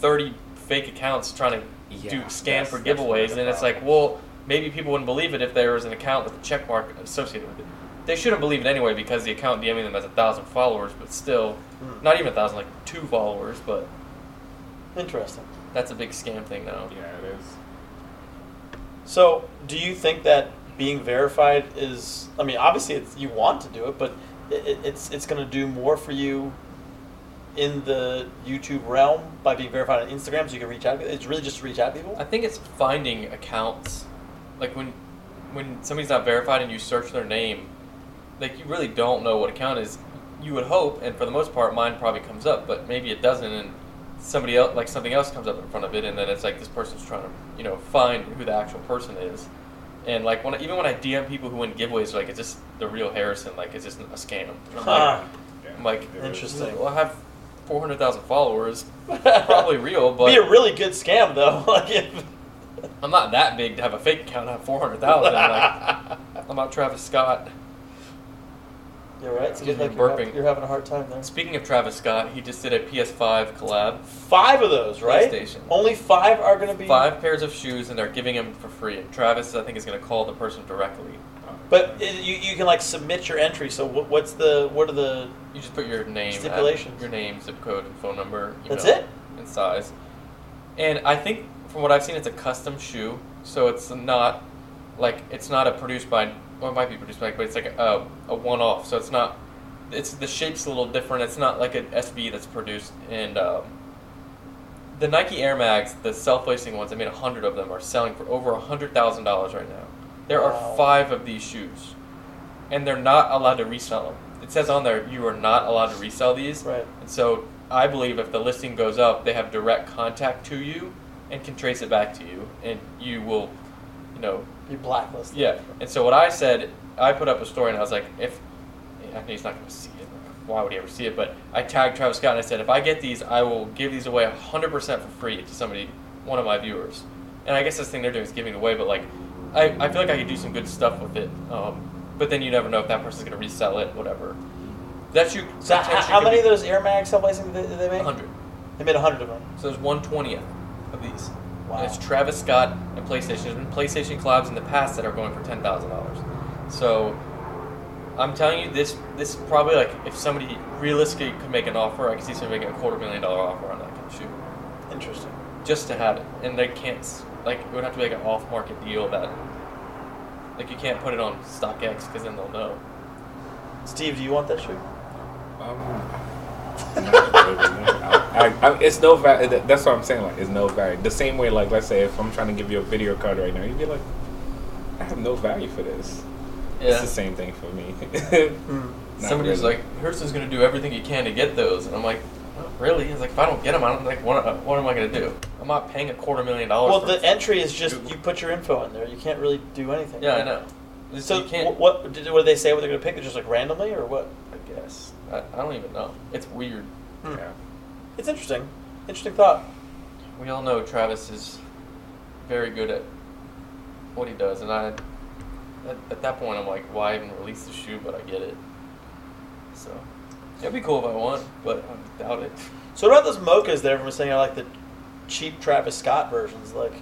S2: 30 fake accounts trying to do
S3: Yeah,
S2: scam
S3: that's-
S2: for
S3: that's where
S2: giveaways
S3: the
S2: and it's
S3: problem
S2: like well maybe people wouldn't believe it if there was an account with a check mark associated with it they shouldn't believe it anyway because the account DMing them has a thousand followers but still
S3: Hmm.
S2: not even a thousand like two followers but
S1: Interesting.
S2: that's a big scam thing now
S3: yeah, it is.
S1: So, do you think that being verified is? I mean, obviously, it's, you want to do it, but it, it- it's it's going to do more for you in the YouTube realm by being verified on Instagram, so you can reach out. It's really just to reach out to people.
S2: I think it's finding accounts. Like when when somebody's not verified and you search their name, like you really don't know what account is. You would hope, and for the most part, mine probably comes up, but maybe it doesn't, and somebody else, like something else, comes up in front of it, and then it's like this person's trying to, you know, find who the actual person is. And like when even when I DM people who win giveaways, like it's just the real Harrison, like it's just a scam. And I'm like,
S1: Huh.
S3: Yeah.
S2: I'm like,
S1: Interesting.
S2: well, I have four hundred thousand followers, probably real, but
S1: be a really good scam though. like if,
S2: I'm not that big to have a fake account. I have 400,000. Like, I'm not Travis Scott.
S1: you're right. It's
S2: Excuse
S1: good,
S2: me,
S1: like you're, hav-
S2: burping.
S1: you're having a hard time there.
S2: Speaking of Travis Scott, he just did a PS5 collab.
S1: Five of those, right?
S2: PlayStation.
S1: Only five are going to be
S2: Five pairs of shoes, and they're giving him for free. And Travis, I think, is going to call the person directly.
S3: Um,
S1: But it, you, you can like submit your entry. So what, what's the what are the
S2: You just put your name, ad-
S1: Stipulations.
S2: your name, zip code, and phone number. Email,
S1: That's it?
S2: And size. And I think, from what I've seen, it's a custom shoe, so it's not like it's not a produced by. Well, it might be produced by, but it's like a, a one-off. So it's not. It's the shape's a little different. It's not like an SB that's produced. And um, the Nike Air Mags, the self-lacing ones, I made a hundred of them, are selling for over a hundred thousand dollars right now. There
S1: Wow.
S2: are five of these shoes and they're not allowed to resell them. It says on there you are not allowed to resell these.
S1: Right.
S2: And so I believe if the listing goes up, they have direct contact to you and can trace it back to you, and you will, you know,
S1: you blacklist?
S2: yeah. And so what I said, I put up a story and I was like, if I know he's not going to see it, why would he ever see it? But I tagged Travis Scott and I said, if I get these, I will give these away 100% for free to somebody, one of my viewers. And I guess this thing they're doing is giving it away, but like, I, I feel like I could do some good stuff with it. Um, but then you never know if that person's going to resell it, whatever. That's you.
S1: So how, how many of those Air Max self-lacing did they, did they make?
S2: 100.
S1: They made hundred of them.
S2: So there's one twentieth of these.
S1: Wow.
S2: And it's Travis Scott and PlayStation. There's been PlayStation collabs in the past that are going for ten thousand dollars. So I'm telling you, this this probably like if somebody realistically could make an offer, I could see somebody making a quarter million dollar offer on that kind of shoe
S1: Interesting.
S2: just to have it, and they can't s- like it would have to be like an off market deal that Like you can't put it on StockX because then they'll know.
S1: Steve, do you want that shoe?
S3: Um, I, I, I, it's no value. That's what I'm saying. Like, it's no value. The same way, like, let's say if I'm trying to give you a video card right now, you'd be like, I have no value for this. It's
S2: Yeah.
S3: the same thing for me.
S1: Mm-hmm. Hmm.
S3: Not
S2: Somebody's
S3: really.
S2: like, Herson's gonna do everything he can to get those, and I'm like, "Not really? It's like if I don't get them, I don't like what, what am I gonna do? I'm not paying a quarter million dollars.
S1: Well,
S2: for
S1: the entry is just
S2: Google.
S1: you put your info in there. You can't really do anything.
S2: Yeah, I know. It's-
S1: So
S2: you can't.
S1: wh- what did, what do they say? What they're going to pick? Just like randomly or what?
S2: I guess I, I don't even know. It's weird.
S3: yeah.
S1: Hmm. It's interesting. Interesting thought.
S2: We all know Travis is very good at what he does, and I at, at that point I'm like, why even release the shoe? But I get it. So it'd be cool if I won, but I doubt it.
S1: So what about those mochas that everyone's saying are like the cheap Travis Scott versions? Like,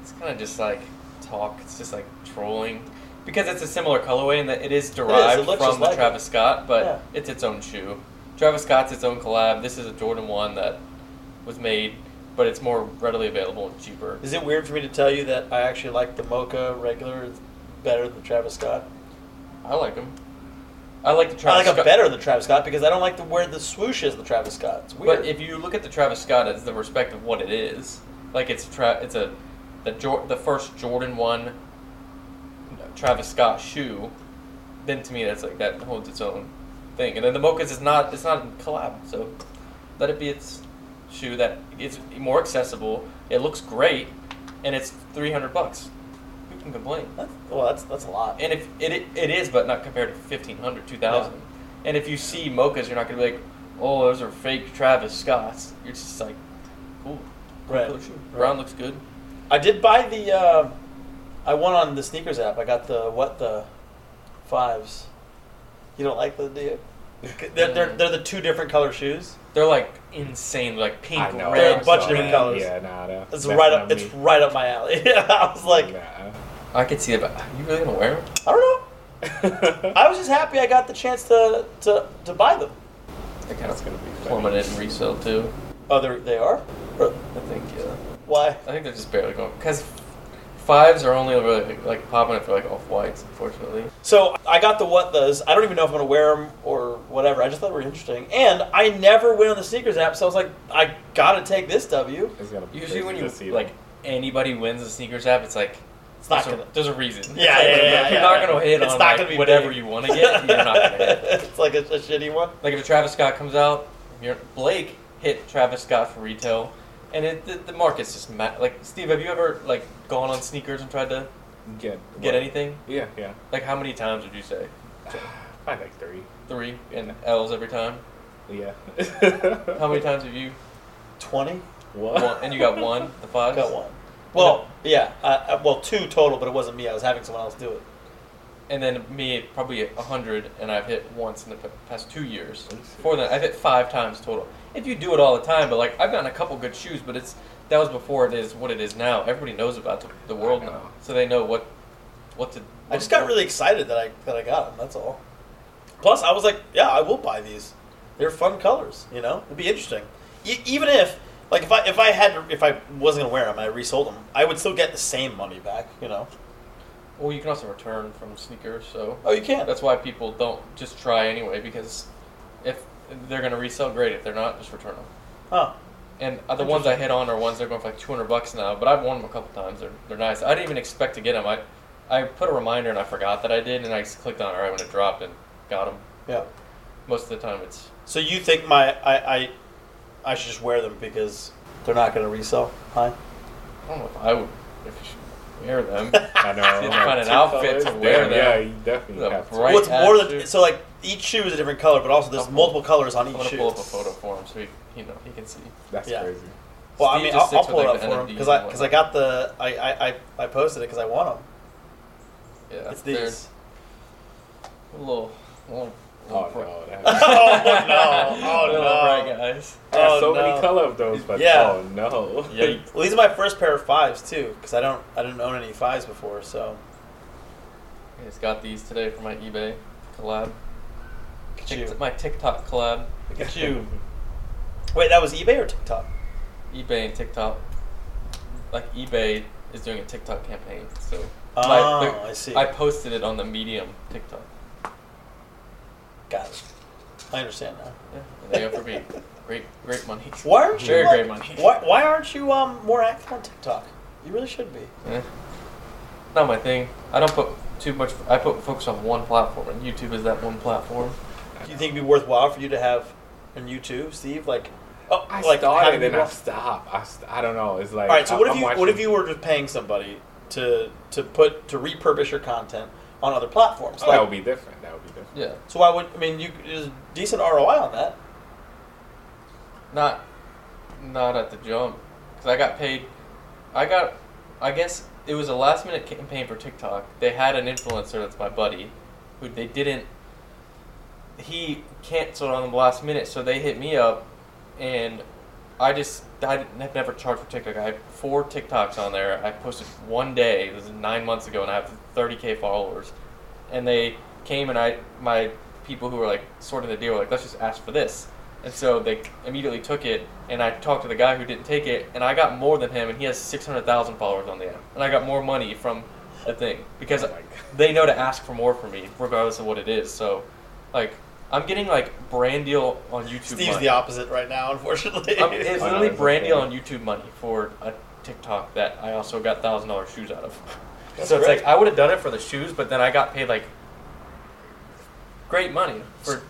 S2: It's kind of just like talk. It's just like trolling because it's a similar colorway and that it is
S1: is. It
S2: derived
S1: looks just
S2: from the
S1: like it.
S2: Travis Scott, but
S1: Yeah.
S2: it's its own shoe. Travis Scott's its own collab. This is a Jordan one that was made, but it's more readily available and cheaper.
S1: is it weird for me to tell you that I actually like the mocha regular better than Travis Scott?
S2: I like them. I like the
S1: I
S2: Travis
S1: like
S2: Scott.
S1: them better than Travis Scott because I don't like the where the swoosh is. The Travis Scott. It's weird.
S2: But if you look at the Travis Scott as the respect of what it is, like it's tra- it's a the Jor- the first Jordan one Travis Scott shoe, then to me that's like that holds its own thing. And then the Mochas is not it's not in collab, so let it be its shoe that it's more accessible. It looks great, and it's three hundred bucks. Who can complain?
S1: That's- well, that's that's a lot.
S2: And if it, it, it is, but not compared to 1500, 2000. And if you see mochas, you're not going to be like, oh, those are fake Travis Scott's. You're just like, cool. cool
S1: Right,
S2: color shoe.
S1: right.
S2: Brown looks good.
S1: I did buy the. Uh, I went on the sneakers app. I got the what the fives. You don't like the do you? They're, they're, they're the two different color shoes.
S2: They're like insane, like pink,
S3: I know.
S1: There are a
S2: red.
S1: bunch of
S2: black.
S1: different colors.
S3: Yeah, nah, that-
S1: It's
S3: that's
S1: right
S3: not
S1: up.
S3: me.
S1: It's right up my alley. I was like, I
S2: I could see it, but are you really going to wear them?
S1: don't
S3: Nah.
S1: know. I was just happy I got the chance to to, to buy them.
S2: They kind
S3: That's
S2: of
S3: gonna be funny.
S2: plummeted in resale, too.
S1: Oh, they they are. Or-
S2: I think, yeah.
S1: Why?
S2: I think they're just barely going. Because fives are only really like popping if they're like off whites, unfortunately.
S1: So I got the what those. I don't even know if I'm gonna wear them or whatever. I just thought they were interesting, and I never went on the sneakers app, so I was like, I gotta take this W.
S3: It's gonna be
S2: Usually,
S3: crazy
S2: when
S3: to see
S2: you
S3: them.
S2: like anybody wins the sneakers app, it's like
S1: It's not
S2: there's,
S1: gonna.
S2: a, there's a
S1: Yeah,
S2: reason. It's like,
S1: yeah, yeah,
S2: You're
S1: yeah,
S2: not
S1: yeah.
S2: gonna hit
S1: It's
S2: on
S1: not
S2: like,
S1: gonna be
S2: whatever
S1: big.
S2: you want to get. You're not gonna hit.
S1: it's like a, a shitty one.
S2: Like if a Travis Scott comes out, you're, Blake hit Travis Scott for retail, and it, the, the market's just ma- like Steve. Have you ever like gone on sneakers and tried to
S3: get
S2: get
S3: what?
S2: anything?
S3: Yeah, yeah.
S2: Like how many times would you say
S3: I like three.
S2: three and L's every time?
S3: Yeah.
S2: How many times have you?
S1: Twenty.
S3: What?
S2: Won, and you got one, the five.
S1: Got one. Well, yeah. Uh, well, two total, but it wasn't me. I was having someone else do it.
S2: and then me probably a hundred, and I've hit once in the p- past two years. Before that, I've hit five times total. If you do it all the time, but like I've gotten a couple good shoes, but it's that was before it is what it is now. Everybody knows about the, the world
S3: I know.
S2: now, so they know what what to.
S1: I just got really excited that I that I got them. That's all. Plus, I was like, yeah, I will buy these. They're fun colors. You know, it'd be interesting. E- even if, like, if I if I had to, if I wasn't gonna wear them, I resold them. I would still get the same money back. You know.
S2: Well, you can also return from sneakers, so
S1: Oh, you can.
S2: that's why people don't just try anyway because if they're gonna resell, great. If they're not, just return them.
S1: Huh.
S2: And uh, the ones I hit on are ones that are going for like 200 bucks now, but I've won them a couple times. They're, they're nice. I didn't even expect to get them. I, I put a reminder and I forgot that I did, and I just clicked on it right when it dropped and got them.
S1: Yeah.
S2: Most of the time, it's
S1: So you think my I I, I should just wear them because they're not gonna resell? Hi.
S2: I don't know if I would if you should wear them.
S3: I know.
S2: Didn't
S3: like,
S2: find an
S3: two
S2: outfit to
S3: colors?
S2: wear
S3: Damn,
S2: that.
S3: Yeah, you definitely
S2: The
S3: have to.
S2: bright-
S1: Well, it's more than
S2: attitude.
S1: so like each shoe is a different color, but also there's
S2: I'll pull-
S1: multiple colors on
S2: I'm
S1: each
S2: gonna
S1: shoe.
S2: pull up a photo for him so he, you know, he can see.
S3: That's
S1: Yeah.
S3: crazy.
S1: Well, I
S2: Steve
S1: mean,
S2: just
S1: I'll, I'll
S2: sticks
S1: pull
S2: with,
S1: it
S2: like,
S1: up
S2: the
S1: for him
S2: NFTs
S1: because I
S2: and
S1: because I got the I I, I, I posted it because I want them.
S2: Yeah,
S1: it's
S2: they're
S1: these.
S2: a little, a little, a
S3: Oh
S2: little bright-
S3: no, that
S1: oh
S3: has,
S1: no! Oh
S2: little bright
S1: no!
S2: guys.
S3: I have so
S1: Oh, no.
S3: many color of those, but
S1: Yeah.
S3: oh no.
S2: Yeah,
S1: Well, these are my first pair of fives too, because I don't I didn't own any fives before. So
S2: I just got these today for my eBay collab.
S1: look at
S2: Tik-
S1: you,
S2: my TikTok collab,
S1: look at you. Wait, that was eBay or TikTok?
S2: eBay and TikTok. Like eBay is doing a TikTok campaign, so
S1: Oh,
S2: Like, the-
S1: I see.
S2: I posted it on the Medium TikTok.
S1: Got it. I understand now.
S2: Yeah, there you go for me. Great, great money.
S1: Why aren't you
S2: Very
S1: like,
S2: great money.
S1: Why, why aren't you um more active on TikTok? You really should be.
S2: Eh, Not my thing. I don't put too much. I put focus on one platform, and YouTube is that one platform.
S1: Do you think it'd be worthwhile for you to have on YouTube, Steve? Like, oh,
S3: I
S1: like having
S3: started and
S1: people-
S3: I stopped. I, st- I don't know. It's like
S1: All right. So
S3: I-
S1: what if
S3: I'm
S1: you what
S3: watching-
S1: if you were just paying somebody to to put to repurpose your content on other platforms?
S3: Oh, that would be different. That would be different.
S2: Yeah.
S1: so why would I mean you there's decent ROI on that?
S2: Not, not at the jump, because I got paid. I got, I guess it was a last minute campaign for TikTok. They had an influencer that's my buddy, who they didn't. He canceled on the last minute, so they hit me up, and I just I didn't- have never charged for TikTok. I had four TikToks on there. I posted one day. It was nine months ago, and I have 30k followers. And they came and I my people who were like sorting the deal were like let's just ask for this. And so they immediately took it, and I talked to the guy who didn't take it, and I got more than him, and he has 600,000 followers on the app, and I got more money from the thing because
S3: Oh my God.
S2: they know to ask for more from me regardless of what it is. So, like, I'm getting like brand deal on YouTube.
S1: Steve's
S2: money.
S1: the opposite right now, unfortunately.
S2: Um, it's
S3: I know,
S2: literally
S3: it's
S2: brand deal
S3: okay.
S2: on YouTube money for a TikTok that I also got thousand dollar shoes out of.
S1: That's
S2: so it's
S1: great.
S2: like I would have done it for the shoes, but then I got paid like great money for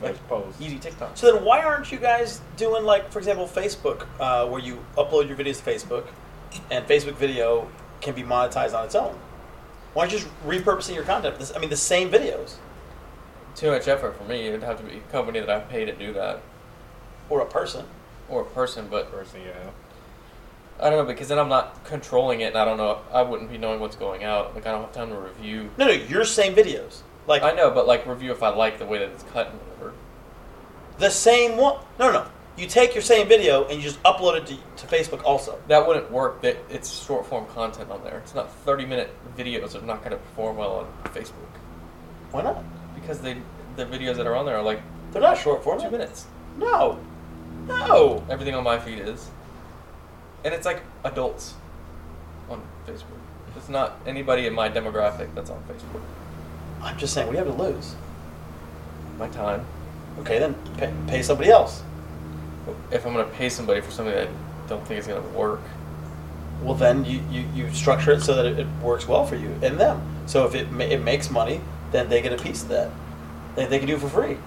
S3: Let's pose.
S2: easy TikToks.
S1: So then, why aren't you guys doing like, for example, Facebook, uh, where you upload your videos to Facebook, and Facebook video can be monetized on its own? Why aren't you just repurposing your content? This, I mean, the same videos
S2: Too much effort for me. It'd have to be a company that I pay to do that,
S1: or a person.
S2: or a person. But
S3: Person, yeah.
S2: I don't know because then I'm not controlling it, and I don't know. I wouldn't be knowing what's going out. Like I don't have time to review.
S1: No, no, your same videos, like
S2: I know, but like review if I like the way that it's cut and whatever.
S1: the same one. No, no, no. you take your same video and you just upload it to, to Facebook also.
S2: That wouldn't work. That it's short form content on there. It's not thirty minute videos. Are not going to perform well on Facebook
S1: Why not?
S2: because they the videos that are on there are like
S1: They're not short form.
S2: two minutes.
S1: No, no.
S2: Everything on my feed is, and it's like adults on Facebook. It's not anybody in my demographic that's on Facebook.
S1: I'm just saying, what do you have to lose?
S2: My time.
S1: Okay, then pay, pay somebody else.
S2: If I'm going to pay somebody for something that I don't think is going to work,
S1: well then you, you, you structure it so that it, it works well for you and them so if it, ma- it makes money then they get a piece of that they, they can do it for free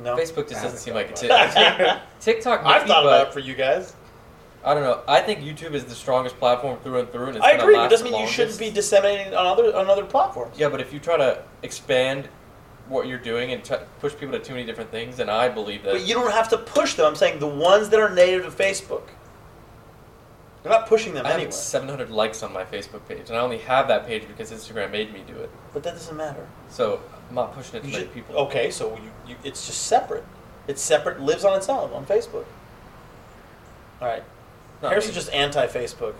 S1: no
S2: Facebook just doesn't
S3: I haven't
S2: seem like it's
S3: thought
S2: it.
S1: about it.
S2: TikTok.
S1: i've
S2: maybe,
S1: thought
S2: but
S1: about it for you guys
S2: I don't know. I think YouTube is the strongest platform through and through, and it's
S1: i
S2: gonna
S1: agree but
S2: last
S1: it doesn't
S2: the
S1: mean you shouldn't
S2: longest.
S1: be disseminating on other on other platforms
S2: Yeah, but if you try to expand what you're doing and try push people to too many different things, then I believe that.
S1: but you don't have to push them i'm saying the ones that are native to facebook you're not pushing them
S2: I have
S1: anywhere
S2: 700 likes on my Facebook page, and I only have that page because Instagram made me do it.
S1: but that doesn't matter
S2: So I'm not pushing it to
S1: You
S2: many
S1: should-
S2: people.
S1: okay so you, you, it's just separate it's separate lives on its own on facebook all right
S2: Not
S1: Harrison's
S2: me.
S1: just anti Facebook.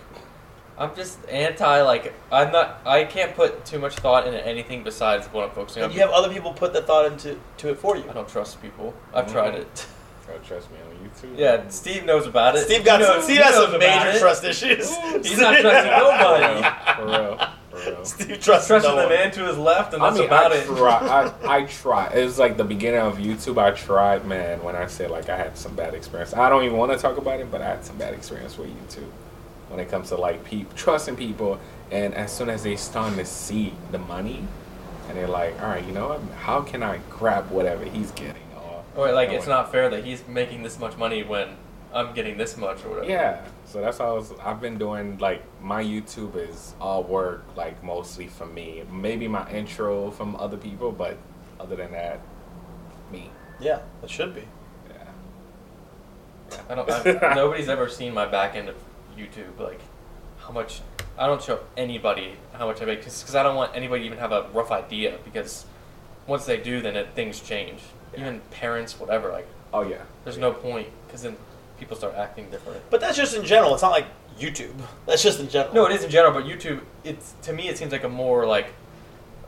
S2: I'm just anti. Like I'm not. I can't put too much thought into anything besides what I'm focusing on.
S1: And you have other people put the thought into to it for you.
S2: I don't trust people. I've
S1: Mm.
S3: Mhm.
S2: tried it.
S3: Oh, trust me on YouTube.
S2: Yeah, Steve knows about it.
S1: Steve got
S2: He
S1: some,
S2: knows-
S1: Steve
S2: he
S1: has
S2: knows
S1: some
S2: about
S1: major
S2: it.
S1: trust issues.
S2: He's not trusting
S3: For
S2: nobody.
S3: real. For real. For real.
S1: Steve trusts
S2: Trusting
S1: no
S2: the
S1: one.
S2: man to his left, and that's
S3: I mean,
S2: about
S3: I
S2: it.
S3: Try, I, I tried. It was like the beginning of YouTube. I tried, man, when I said like I had some bad experience. I don't even want to talk about it, but I had some bad experience with YouTube when it comes to like people trusting people. And as soon as they starting to see the money, and they're like, all right, you know what? How can I grab whatever he's getting? Or,
S2: Or like
S3: or
S2: it's
S3: what-
S2: not fair that he's making this much money when I'm getting this much or whatever.
S3: Yeah, so that's how I was, I've been doing. Like my YouTube is all work, like mostly for me. Maybe my intro from other people, but other than that, me.
S1: Yeah, it should be.
S3: Yeah.
S2: I don't. i nobody's ever seen my back end of YouTube. Like how much I don't show anybody how much I make because I don't want anybody to even have a rough idea because once they do, then it, things change.
S3: Yeah.
S2: Even parents, whatever. Like
S3: Oh yeah.
S2: there's no point because then people start acting different.
S1: But that's just in general. It's not like YouTube. That's just in general.
S2: No, it is in general, but YouTube. It's to me, it seems like a more like,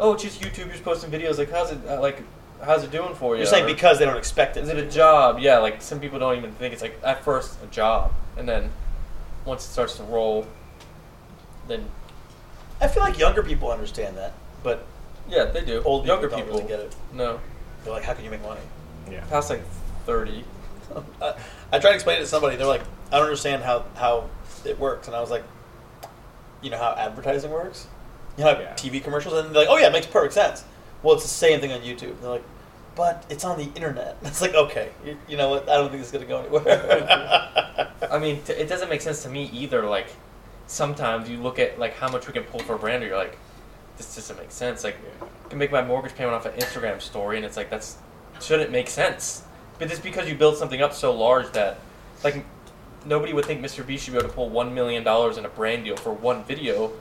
S2: oh, it's just YouTube. You're just posting videos. Like how's it uh, like how's it doing for you?
S1: You're saying
S2: Or-
S1: because they don't expect
S2: Is
S1: it.
S2: it a job? Yeah, like some people don't even think it's like at first a job, and then once it starts to roll, then
S1: I feel like younger people understand that, but
S2: yeah, they do.
S1: Old people
S2: younger
S1: don't
S2: people
S1: really get it.
S2: No,
S1: they're like, "How can you make money?"
S3: Yeah.
S2: past like thirty.
S1: I, I tried to explain it to somebody. They're like, "I don't understand how how it works," and I was like, "You know how advertising works? You know, how
S3: Yeah.
S1: TV commercials." And they're like, "Oh yeah, it makes perfect sense." Well, it's the same thing on YouTube. And they're like, "But it's on the internet." It's like, okay, you, you know what? I don't think it's gonna go anywhere.
S2: I mean, t- it doesn't make sense to me either. Like, sometimes you look at like how much we can pull for a brand, and you're like, this doesn't make sense. Like, I can make my mortgage payment off an Instagram story, and it's like that's shouldn't make sense. But it's because you build something up so large that, like, nobody would think Mr. B should be able to pull one million dollars in a brand deal for one video,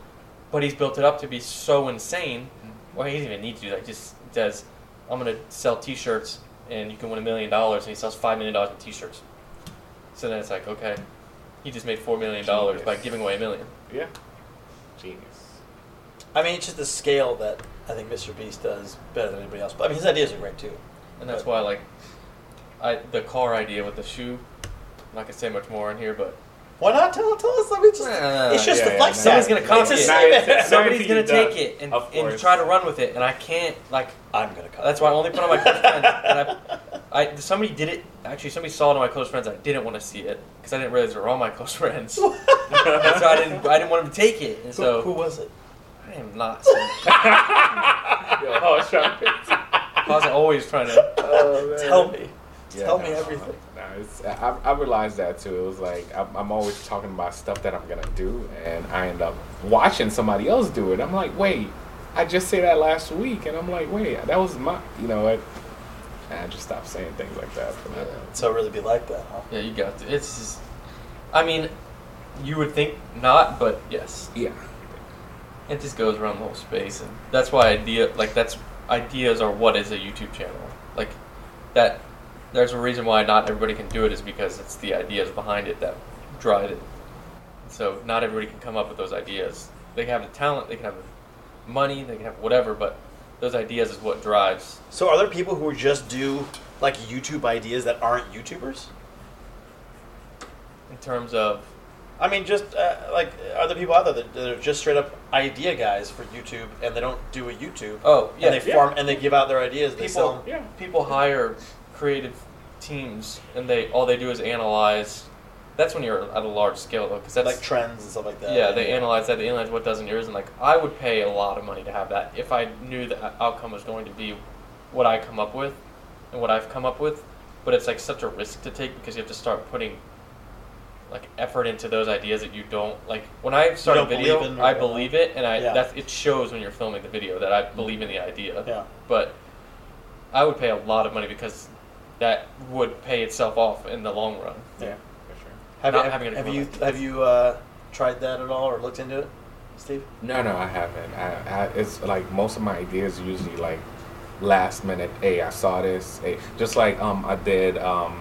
S2: but he's built it up to be so insane. Well, he doesn't even need to do that. He just does. I'm gonna sell T-shirts, and you can win a million dollars, and he sells five million dollars in T-shirts. So then it's like, okay, he just made four million dollars by
S3: Genius.
S2: giving away a million.
S3: Yeah. Genius.
S1: I mean, it's just the scale that I think Mr. Beast does better than anybody else. But I mean, his ideas are great too.
S2: And that's why, like, I the car idea with the shoe. I'm not gonna say much more in here, but
S1: Why not tell tell us? I mean, it's just,
S2: Nah,
S1: it's just
S3: yeah,
S1: the
S3: yeah,
S1: flex.
S3: nah.
S2: somebody's gonna
S1: It's
S2: copy
S1: a
S2: it.
S1: science-
S3: Nah, it's-
S2: Somebody's gonna
S3: Guaranteed it
S2: take
S3: does.
S2: it and,
S3: Of
S2: and
S3: course.
S2: try to run with it, and I can't. Like,
S1: I'm gonna copy.
S2: that's why I only put on my close friends. And I,
S1: friends.
S2: I somebody did it. Actually, somebody saw it on my close friends. I didn't want to see it because I didn't realize they were all my close friends. and so I didn't. I didn't want them to take it, and so
S1: who, who was it?
S2: I am not. saying- I was always trying to.
S1: Tell me.
S3: Yeah,
S1: Tell me
S3: no,
S1: everything.
S3: No, it's, I, I realized that too. It was like I'm, I'm always talking about stuff that I'm gonna do, and I end up watching somebody else do it. I'm like, wait, I just said that last week, and I'm like, wait, that was my, you know what? And I just stopped saying things like that. For now.
S1: So really be like that, huh?
S2: Yeah, you got to. It's just. I mean, you would think not, but yes,
S3: Yeah.
S2: it just goes around the whole space, and that's why idea like that's ideas are what is a YouTube channel like that. There's a reason why not everybody can do it is because it's the ideas behind it that drive it. So not everybody can come up with those ideas. They can have the talent, they can have the money, they can have whatever, but those ideas is what drives.
S1: So are there people who just do like YouTube ideas that aren't YouTubers?
S2: In terms of
S1: I mean, just uh, like are there people out there that, that are just straight up idea guys for YouTube and they don't do a YouTube?
S2: oh yeah,
S1: and they
S3: yeah.
S1: farm and they give out their ideas. They sell
S2: people
S1: them.
S3: Yeah.
S2: people hire creative teams and they all they do is analyze that's when you're at a large scale though because that's
S1: like trends and stuff like that.
S2: yeah they analyze that they analyze what doesn't yours and like i would pay a lot of money to have that if i knew the o- outcome was going to be what i come up with and what i've come up with but it's like such a risk to take because you have to start putting like effort into those ideas that you don't like when i start a
S1: don't
S2: video
S1: believe in or
S2: i
S1: whatever.
S2: believe it and i
S1: Yeah.
S2: that's it shows when you're filming the video that i believe in the idea
S1: Yeah.
S2: but I would pay a lot of money because that would pay itself off in the long run.
S3: Yeah. For sure.
S1: Have,
S2: Not
S1: you,
S2: having it
S1: have
S2: come
S1: you
S2: up.
S1: have you uh, tried that at all or looked into it, Steve?
S3: No, no, I haven't. I, I, it's like most of my ideas usually like last minute. Hey, I saw this. Hey, just like um, I did um,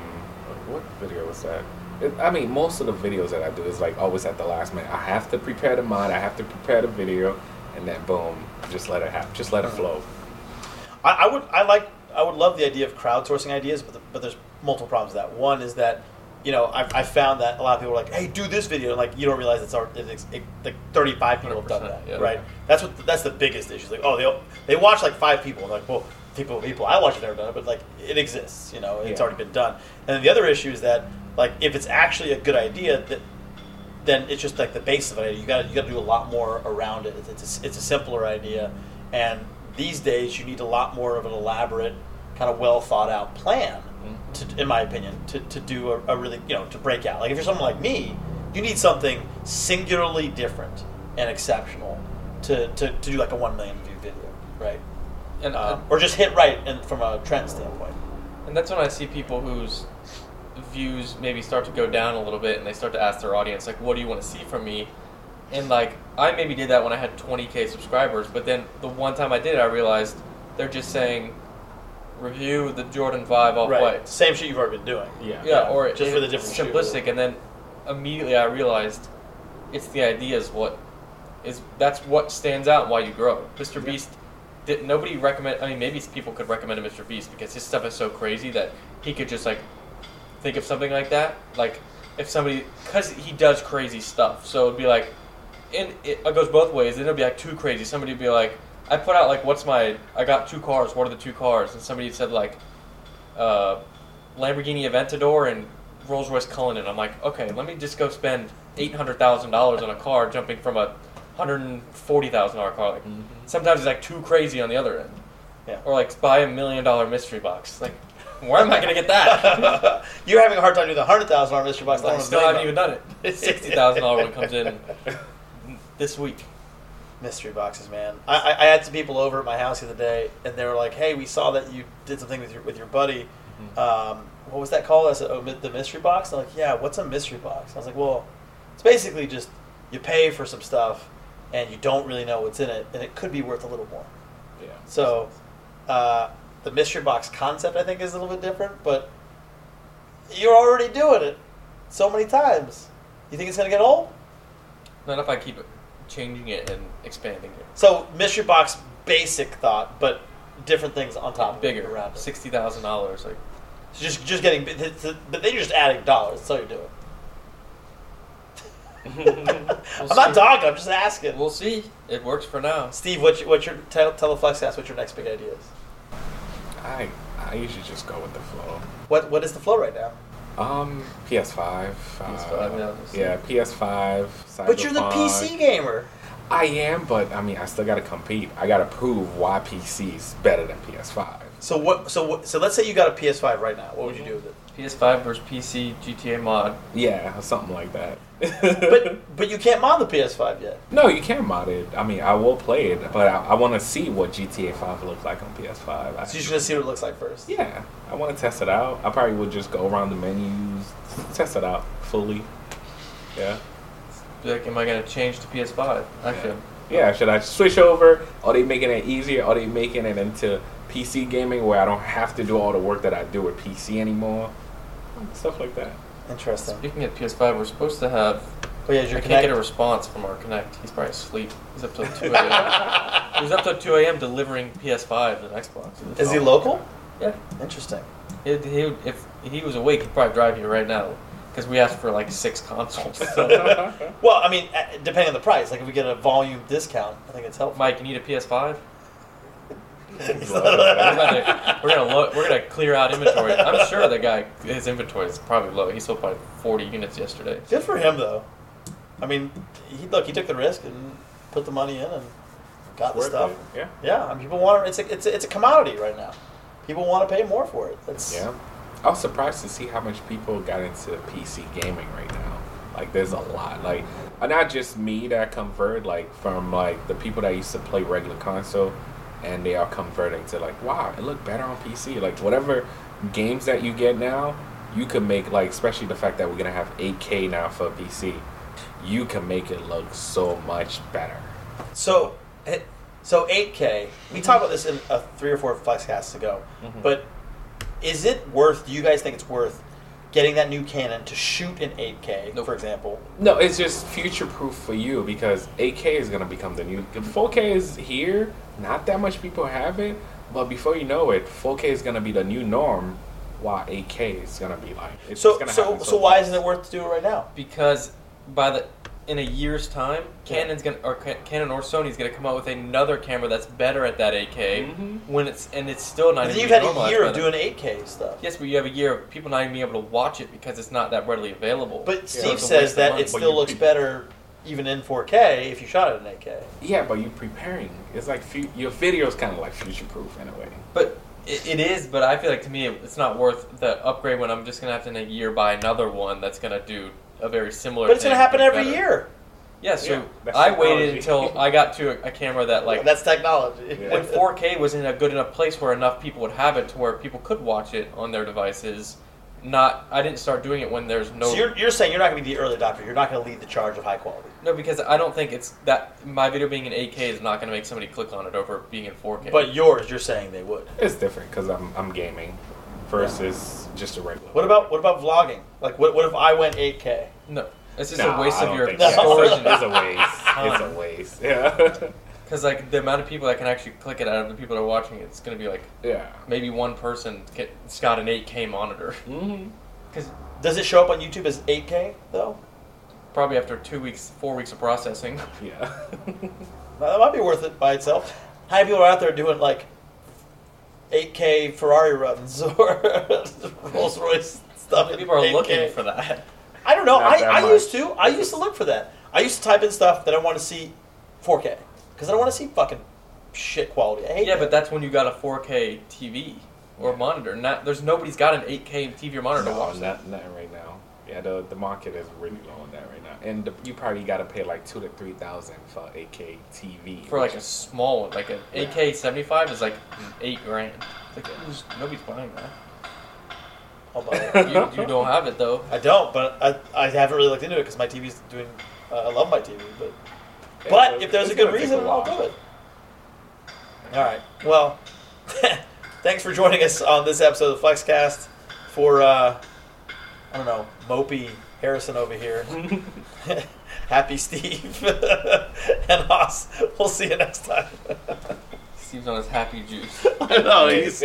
S3: what video was that? It, I mean, most of the videos that I do is like always at the last minute. I have to prepare the mod. I have to prepare the video, and then boom, just let it happen. Just
S2: Uh-huh.
S3: let it flow.
S1: I, I would I like I would love the idea of crowdsourcing ideas, but the, but there's multiple problems with that. One is that you know I've, i found that a lot of people are like, hey, do this video, and like you don't realize it's already it's, it, like 35 people have done that,
S2: 100%, yeah.
S1: right? That's what that's the biggest issue. Like oh they they watch like five people, and like well people people I watch have never done it, but like it exists, you know, it's
S3: Yeah.
S1: already been done. And then the other issue is that like if it's actually a good idea that then it's just like the base of it. You got you got to do a lot more around it. It's it's a, it's a simpler idea, and these days you need a lot more of an elaborate, kind of well thought out plan.
S2: Mm-hmm.
S1: To, in my opinion, to, to do a, a really you know to break out. Like if you're someone like me, you need something singularly different and exceptional to, to, to do like a one million view video, right?
S2: And
S1: Um, or just hit right and from a trend standpoint.
S2: and that's when I see people whose views maybe start to go down a little bit, and they start to ask their audience like, "What do you want to see from me?" And like I maybe did that when I had 20k subscribers, but then the one time I did, it, I realized they're just saying review the Jordan 5 off
S1: right.
S2: white.
S1: Same shit you've already been doing.
S3: Yeah.
S2: Yeah, or
S1: Just
S2: it-
S1: for the different shoe.
S2: simplistic, and then immediately I realized it's the ideas what is that's what stands out and why you grow. Mr. Beast did nobody recommend. I mean, maybe people could recommend a Mr. Beast because his stuff is so crazy that he could just like think of something like that. Like if somebody because he does crazy stuff, so it'd be like, and it, it goes both ways. Then it'll be like too crazy. Somebody would be like, I put out like, what's my? I got two cars. What are the two cars? And somebody said like, uh, Lamborghini Aventador and Rolls Royce Cullinan. I'm like, okay, let me just go spend eight hundred thousand dollars on a car, jumping from a hundred and forty thousand dollar car. Like sometimes it's like too crazy on the other end,
S1: Yeah.
S2: or like buy a million dollar mystery box. Like, where am I gonna get that?
S1: You're having a hard time doing the hundred thousand dollar mystery box.
S2: I still haven't even done it. Sixty thousand dollar one comes in this week.
S1: mystery boxes, man. I, I, I had some people over at my house the other day, and they were like, "Hey, we saw that you did something with your with your buddy.
S2: Hmm.
S1: Um, what was that called?" I said, "Oh, mi- the mystery box." They're like, "Yeah, what's a mystery box?" I was like, "Well, it's basically just you pay for some stuff, and you don't really know what's in it, and it could be worth a little more."
S2: Yeah.
S1: So, uh, the mystery box concept, I think, is a little bit different, but you're already doing it so many times. You think it's going to get old?
S2: Not if I keep changing it and expanding it.
S1: So, mystery box basic thought, but different things on top of it
S2: Bigger,
S1: around it. So
S2: sixty thousand dollars. Like,
S1: just just getting, but th- th- but then you're just adding dollars. That's all you're doing. I'm
S2: see.
S1: not dogging. I'm just asking.
S2: we'll see. It works for now.
S1: Steve, what's your, what's your tell teleflex ask? What's your next big idea? Is?
S3: I I usually just go with the flow.
S1: What what is the flow right now?
S3: Um, PS5.
S2: PS5, yeah,
S3: uh,
S2: that's-
S3: yeah, PS5.
S1: But you're the
S3: Cyberpunk.
S1: PC gamer.
S3: I am, but I mean, I still gotta compete. I gotta prove why PC's better than PS5.
S1: So what? So what, so let's say you got a PS5 right now. What would you do with it?
S2: PS5 versus PC GTA mod.
S3: Yeah, something like that.
S1: But but you can't mod the PS5 yet.
S3: no, you can mod it. I mean, I will play it, but I, I want to see what GTA 5 looks like on PS5. I-
S1: So you're just gonna see what it looks like first.
S3: yeah, I want to test it out. I probably would just go around the menus, test it out fully. Yeah.
S2: Be like, am I gonna change to PS5? I should.
S1: Oh.
S3: Yeah, should I switch over? Are they making it easier? Are they making it into PC gaming where I don't have to do all the work that I do with PC anymore? Stuff like that.
S1: Interesting.
S2: Speaking of PS5, we're supposed to have.
S1: Oh yeah,
S2: I
S1: your
S2: can't get a response from our Connect. He's probably asleep. He's up till two a.m.
S1: Connect-
S2: he was up till two a.m. delivering PS5 and Xbox.
S1: Is he local?
S2: Yeah.
S1: Interesting.
S2: He, he, if he was awake, he'd probably drive you right now. Because we asked for like six consoles. So.
S1: Well, I mean, uh, depending on the price, like if we get a volume discount, I think it's helpful.
S2: Mike, you need a PS5? We're
S1: He's
S2: gonna, we're gonna lo- we're gonna clear out inventory. I'm sure the guy his inventory is probably low. He sold probably 40 units yesterday.
S1: Good for him, though. I mean, he look, he took the risk and put the money in and got the
S3: Worth
S1: stuff.
S3: it, Yeah.
S1: Yeah, I mean, people want it. It's a, it's a, it's a commodity right now. People want to pay more for it. That's
S3: Yeah. I was surprised to see how much people got into PC gaming right now. Like, there's a lot. Like, uh, not just me that convert, like, from, like, the people that used to play regular console, and they are converting to, like, wow, it looked better on PC. Like, whatever games that you get now, you can make, like, especially the fact that we're going to have 8K now for PC, you can make it look so much better.
S1: So, eh, so 8K. We talked about this in uh, three or four flexcasts ago,
S3: Mm-hmm.
S1: but is it worth? Do you guys think it's worth getting that new cannon to shoot in 8K,
S2: Nope.
S1: for example?
S3: No, it's just future proof for you because 8K is gonna become the new. 4K is here. Not that much people have it, but before you know it, 4K is gonna be the new norm. While 8K is gonna be like. It's
S1: So,
S3: just gonna
S1: so,
S3: happen
S1: so why
S3: fast.
S1: isn't it worth to do it right now?
S2: because by the in a year's time,
S1: Yeah.
S2: Canon's gonna or Ca- Canon or Sony's gonna come out with another camera that's better at that 8K
S3: Mhm.
S2: when it's and it's still not.
S1: And then
S2: even
S1: Mm-hmm. you've
S2: being
S1: had a
S2: normalized
S1: year
S2: by
S1: of
S2: then.
S1: doing 8K stuff.
S2: Yes, but you have a year of people not even being able to watch it because it's not that readily available.
S1: But
S2: So
S1: Steve
S2: it's a waste
S1: says
S2: of
S1: that
S2: money.
S1: it still looks better even in 4K if you shot it in 8K.
S3: Yeah, but you're preparing. It's like fu- your video's kind of like future proof in a way.
S2: But it, it is. But I feel like to me, it, it's not worth the upgrade when I'm just gonna have to in a year buy another one that's gonna do a very similar.
S1: But it's going
S2: thing,
S1: to happen
S2: but
S1: every
S2: better.
S1: year.
S2: Yeah, so
S3: Yeah, that's
S2: I waited
S3: technology.
S2: until I got to a, a camera that like
S1: That's technology.
S3: Yeah.
S2: when 4K was in a good enough place where enough people would have it to where people could watch it on their devices. Not, I didn't start doing it when there's no.
S1: So you're, you're saying you're not going to be the early adopter. You're not going to lead the charge of high quality.
S2: no, because I don't think it's that my video being in 8K is not going to make somebody click on it over being in 4K.
S1: But yours, you're saying they would.
S3: It's different because I'm I'm gaming versus just a regular.
S1: What about what about vlogging? Like, what, what if I went 8K?
S2: no, it's just
S3: Nah,
S2: a waste
S3: I
S2: of
S3: don't
S2: your
S3: think
S1: so.
S2: storage.
S3: It's a waste. It's a waste. Yeah.
S2: Because like the amount of people that can actually click it out of the people that are watching it, it's going to be like
S3: yeah.
S2: maybe one person get, has got an 8K monitor.
S3: Mm-hmm.
S2: Because
S1: Does it show up on YouTube as 8K though?
S2: probably after two weeks, four weeks of processing.
S3: Yeah.
S1: Now, that might be worth it by itself. How many people are out there doing like 8K Ferrari runs or Rolls Royce
S2: How
S1: stuff?
S2: many
S1: in
S2: people are
S1: 8K?
S2: looking for that?
S1: I don't know.
S3: Not
S1: I,
S3: that
S1: I
S3: much.
S1: used to. I used to look for that. I used to type in stuff that I want to see 4K because I don't want to see fucking shit quality. I hate
S2: Yeah,
S1: that.
S2: but that's when you got a 4K TV or monitor. Not there's nobody's got an 8K TV or monitor to watch that.
S3: not, not right now. Yeah, the, the market is really low on that right now, and the, you probably got to pay like two to three thousand for AK TV
S2: For like
S3: which
S2: a
S3: is-
S2: small one, like an AK 75 is like eight grand. It's like who's, nobody's buying that.
S1: I'll buy it.
S2: You, you don't have it though.
S1: I don't, but I, I haven't really looked into it because my TV's doing. Uh, I love my TV, but but
S3: it's-
S1: if there's a
S3: it's
S1: good
S3: gonna take
S1: reason,
S3: a
S1: I'll
S3: while.
S1: do it. All right. Well, thanks for joining us on this episode of Flexcast. For uh, I don't know, mopey Harrison over here. Happy Steve and Haas. We'll see you next time.
S2: Steve's on his happy juice.
S1: I know he's.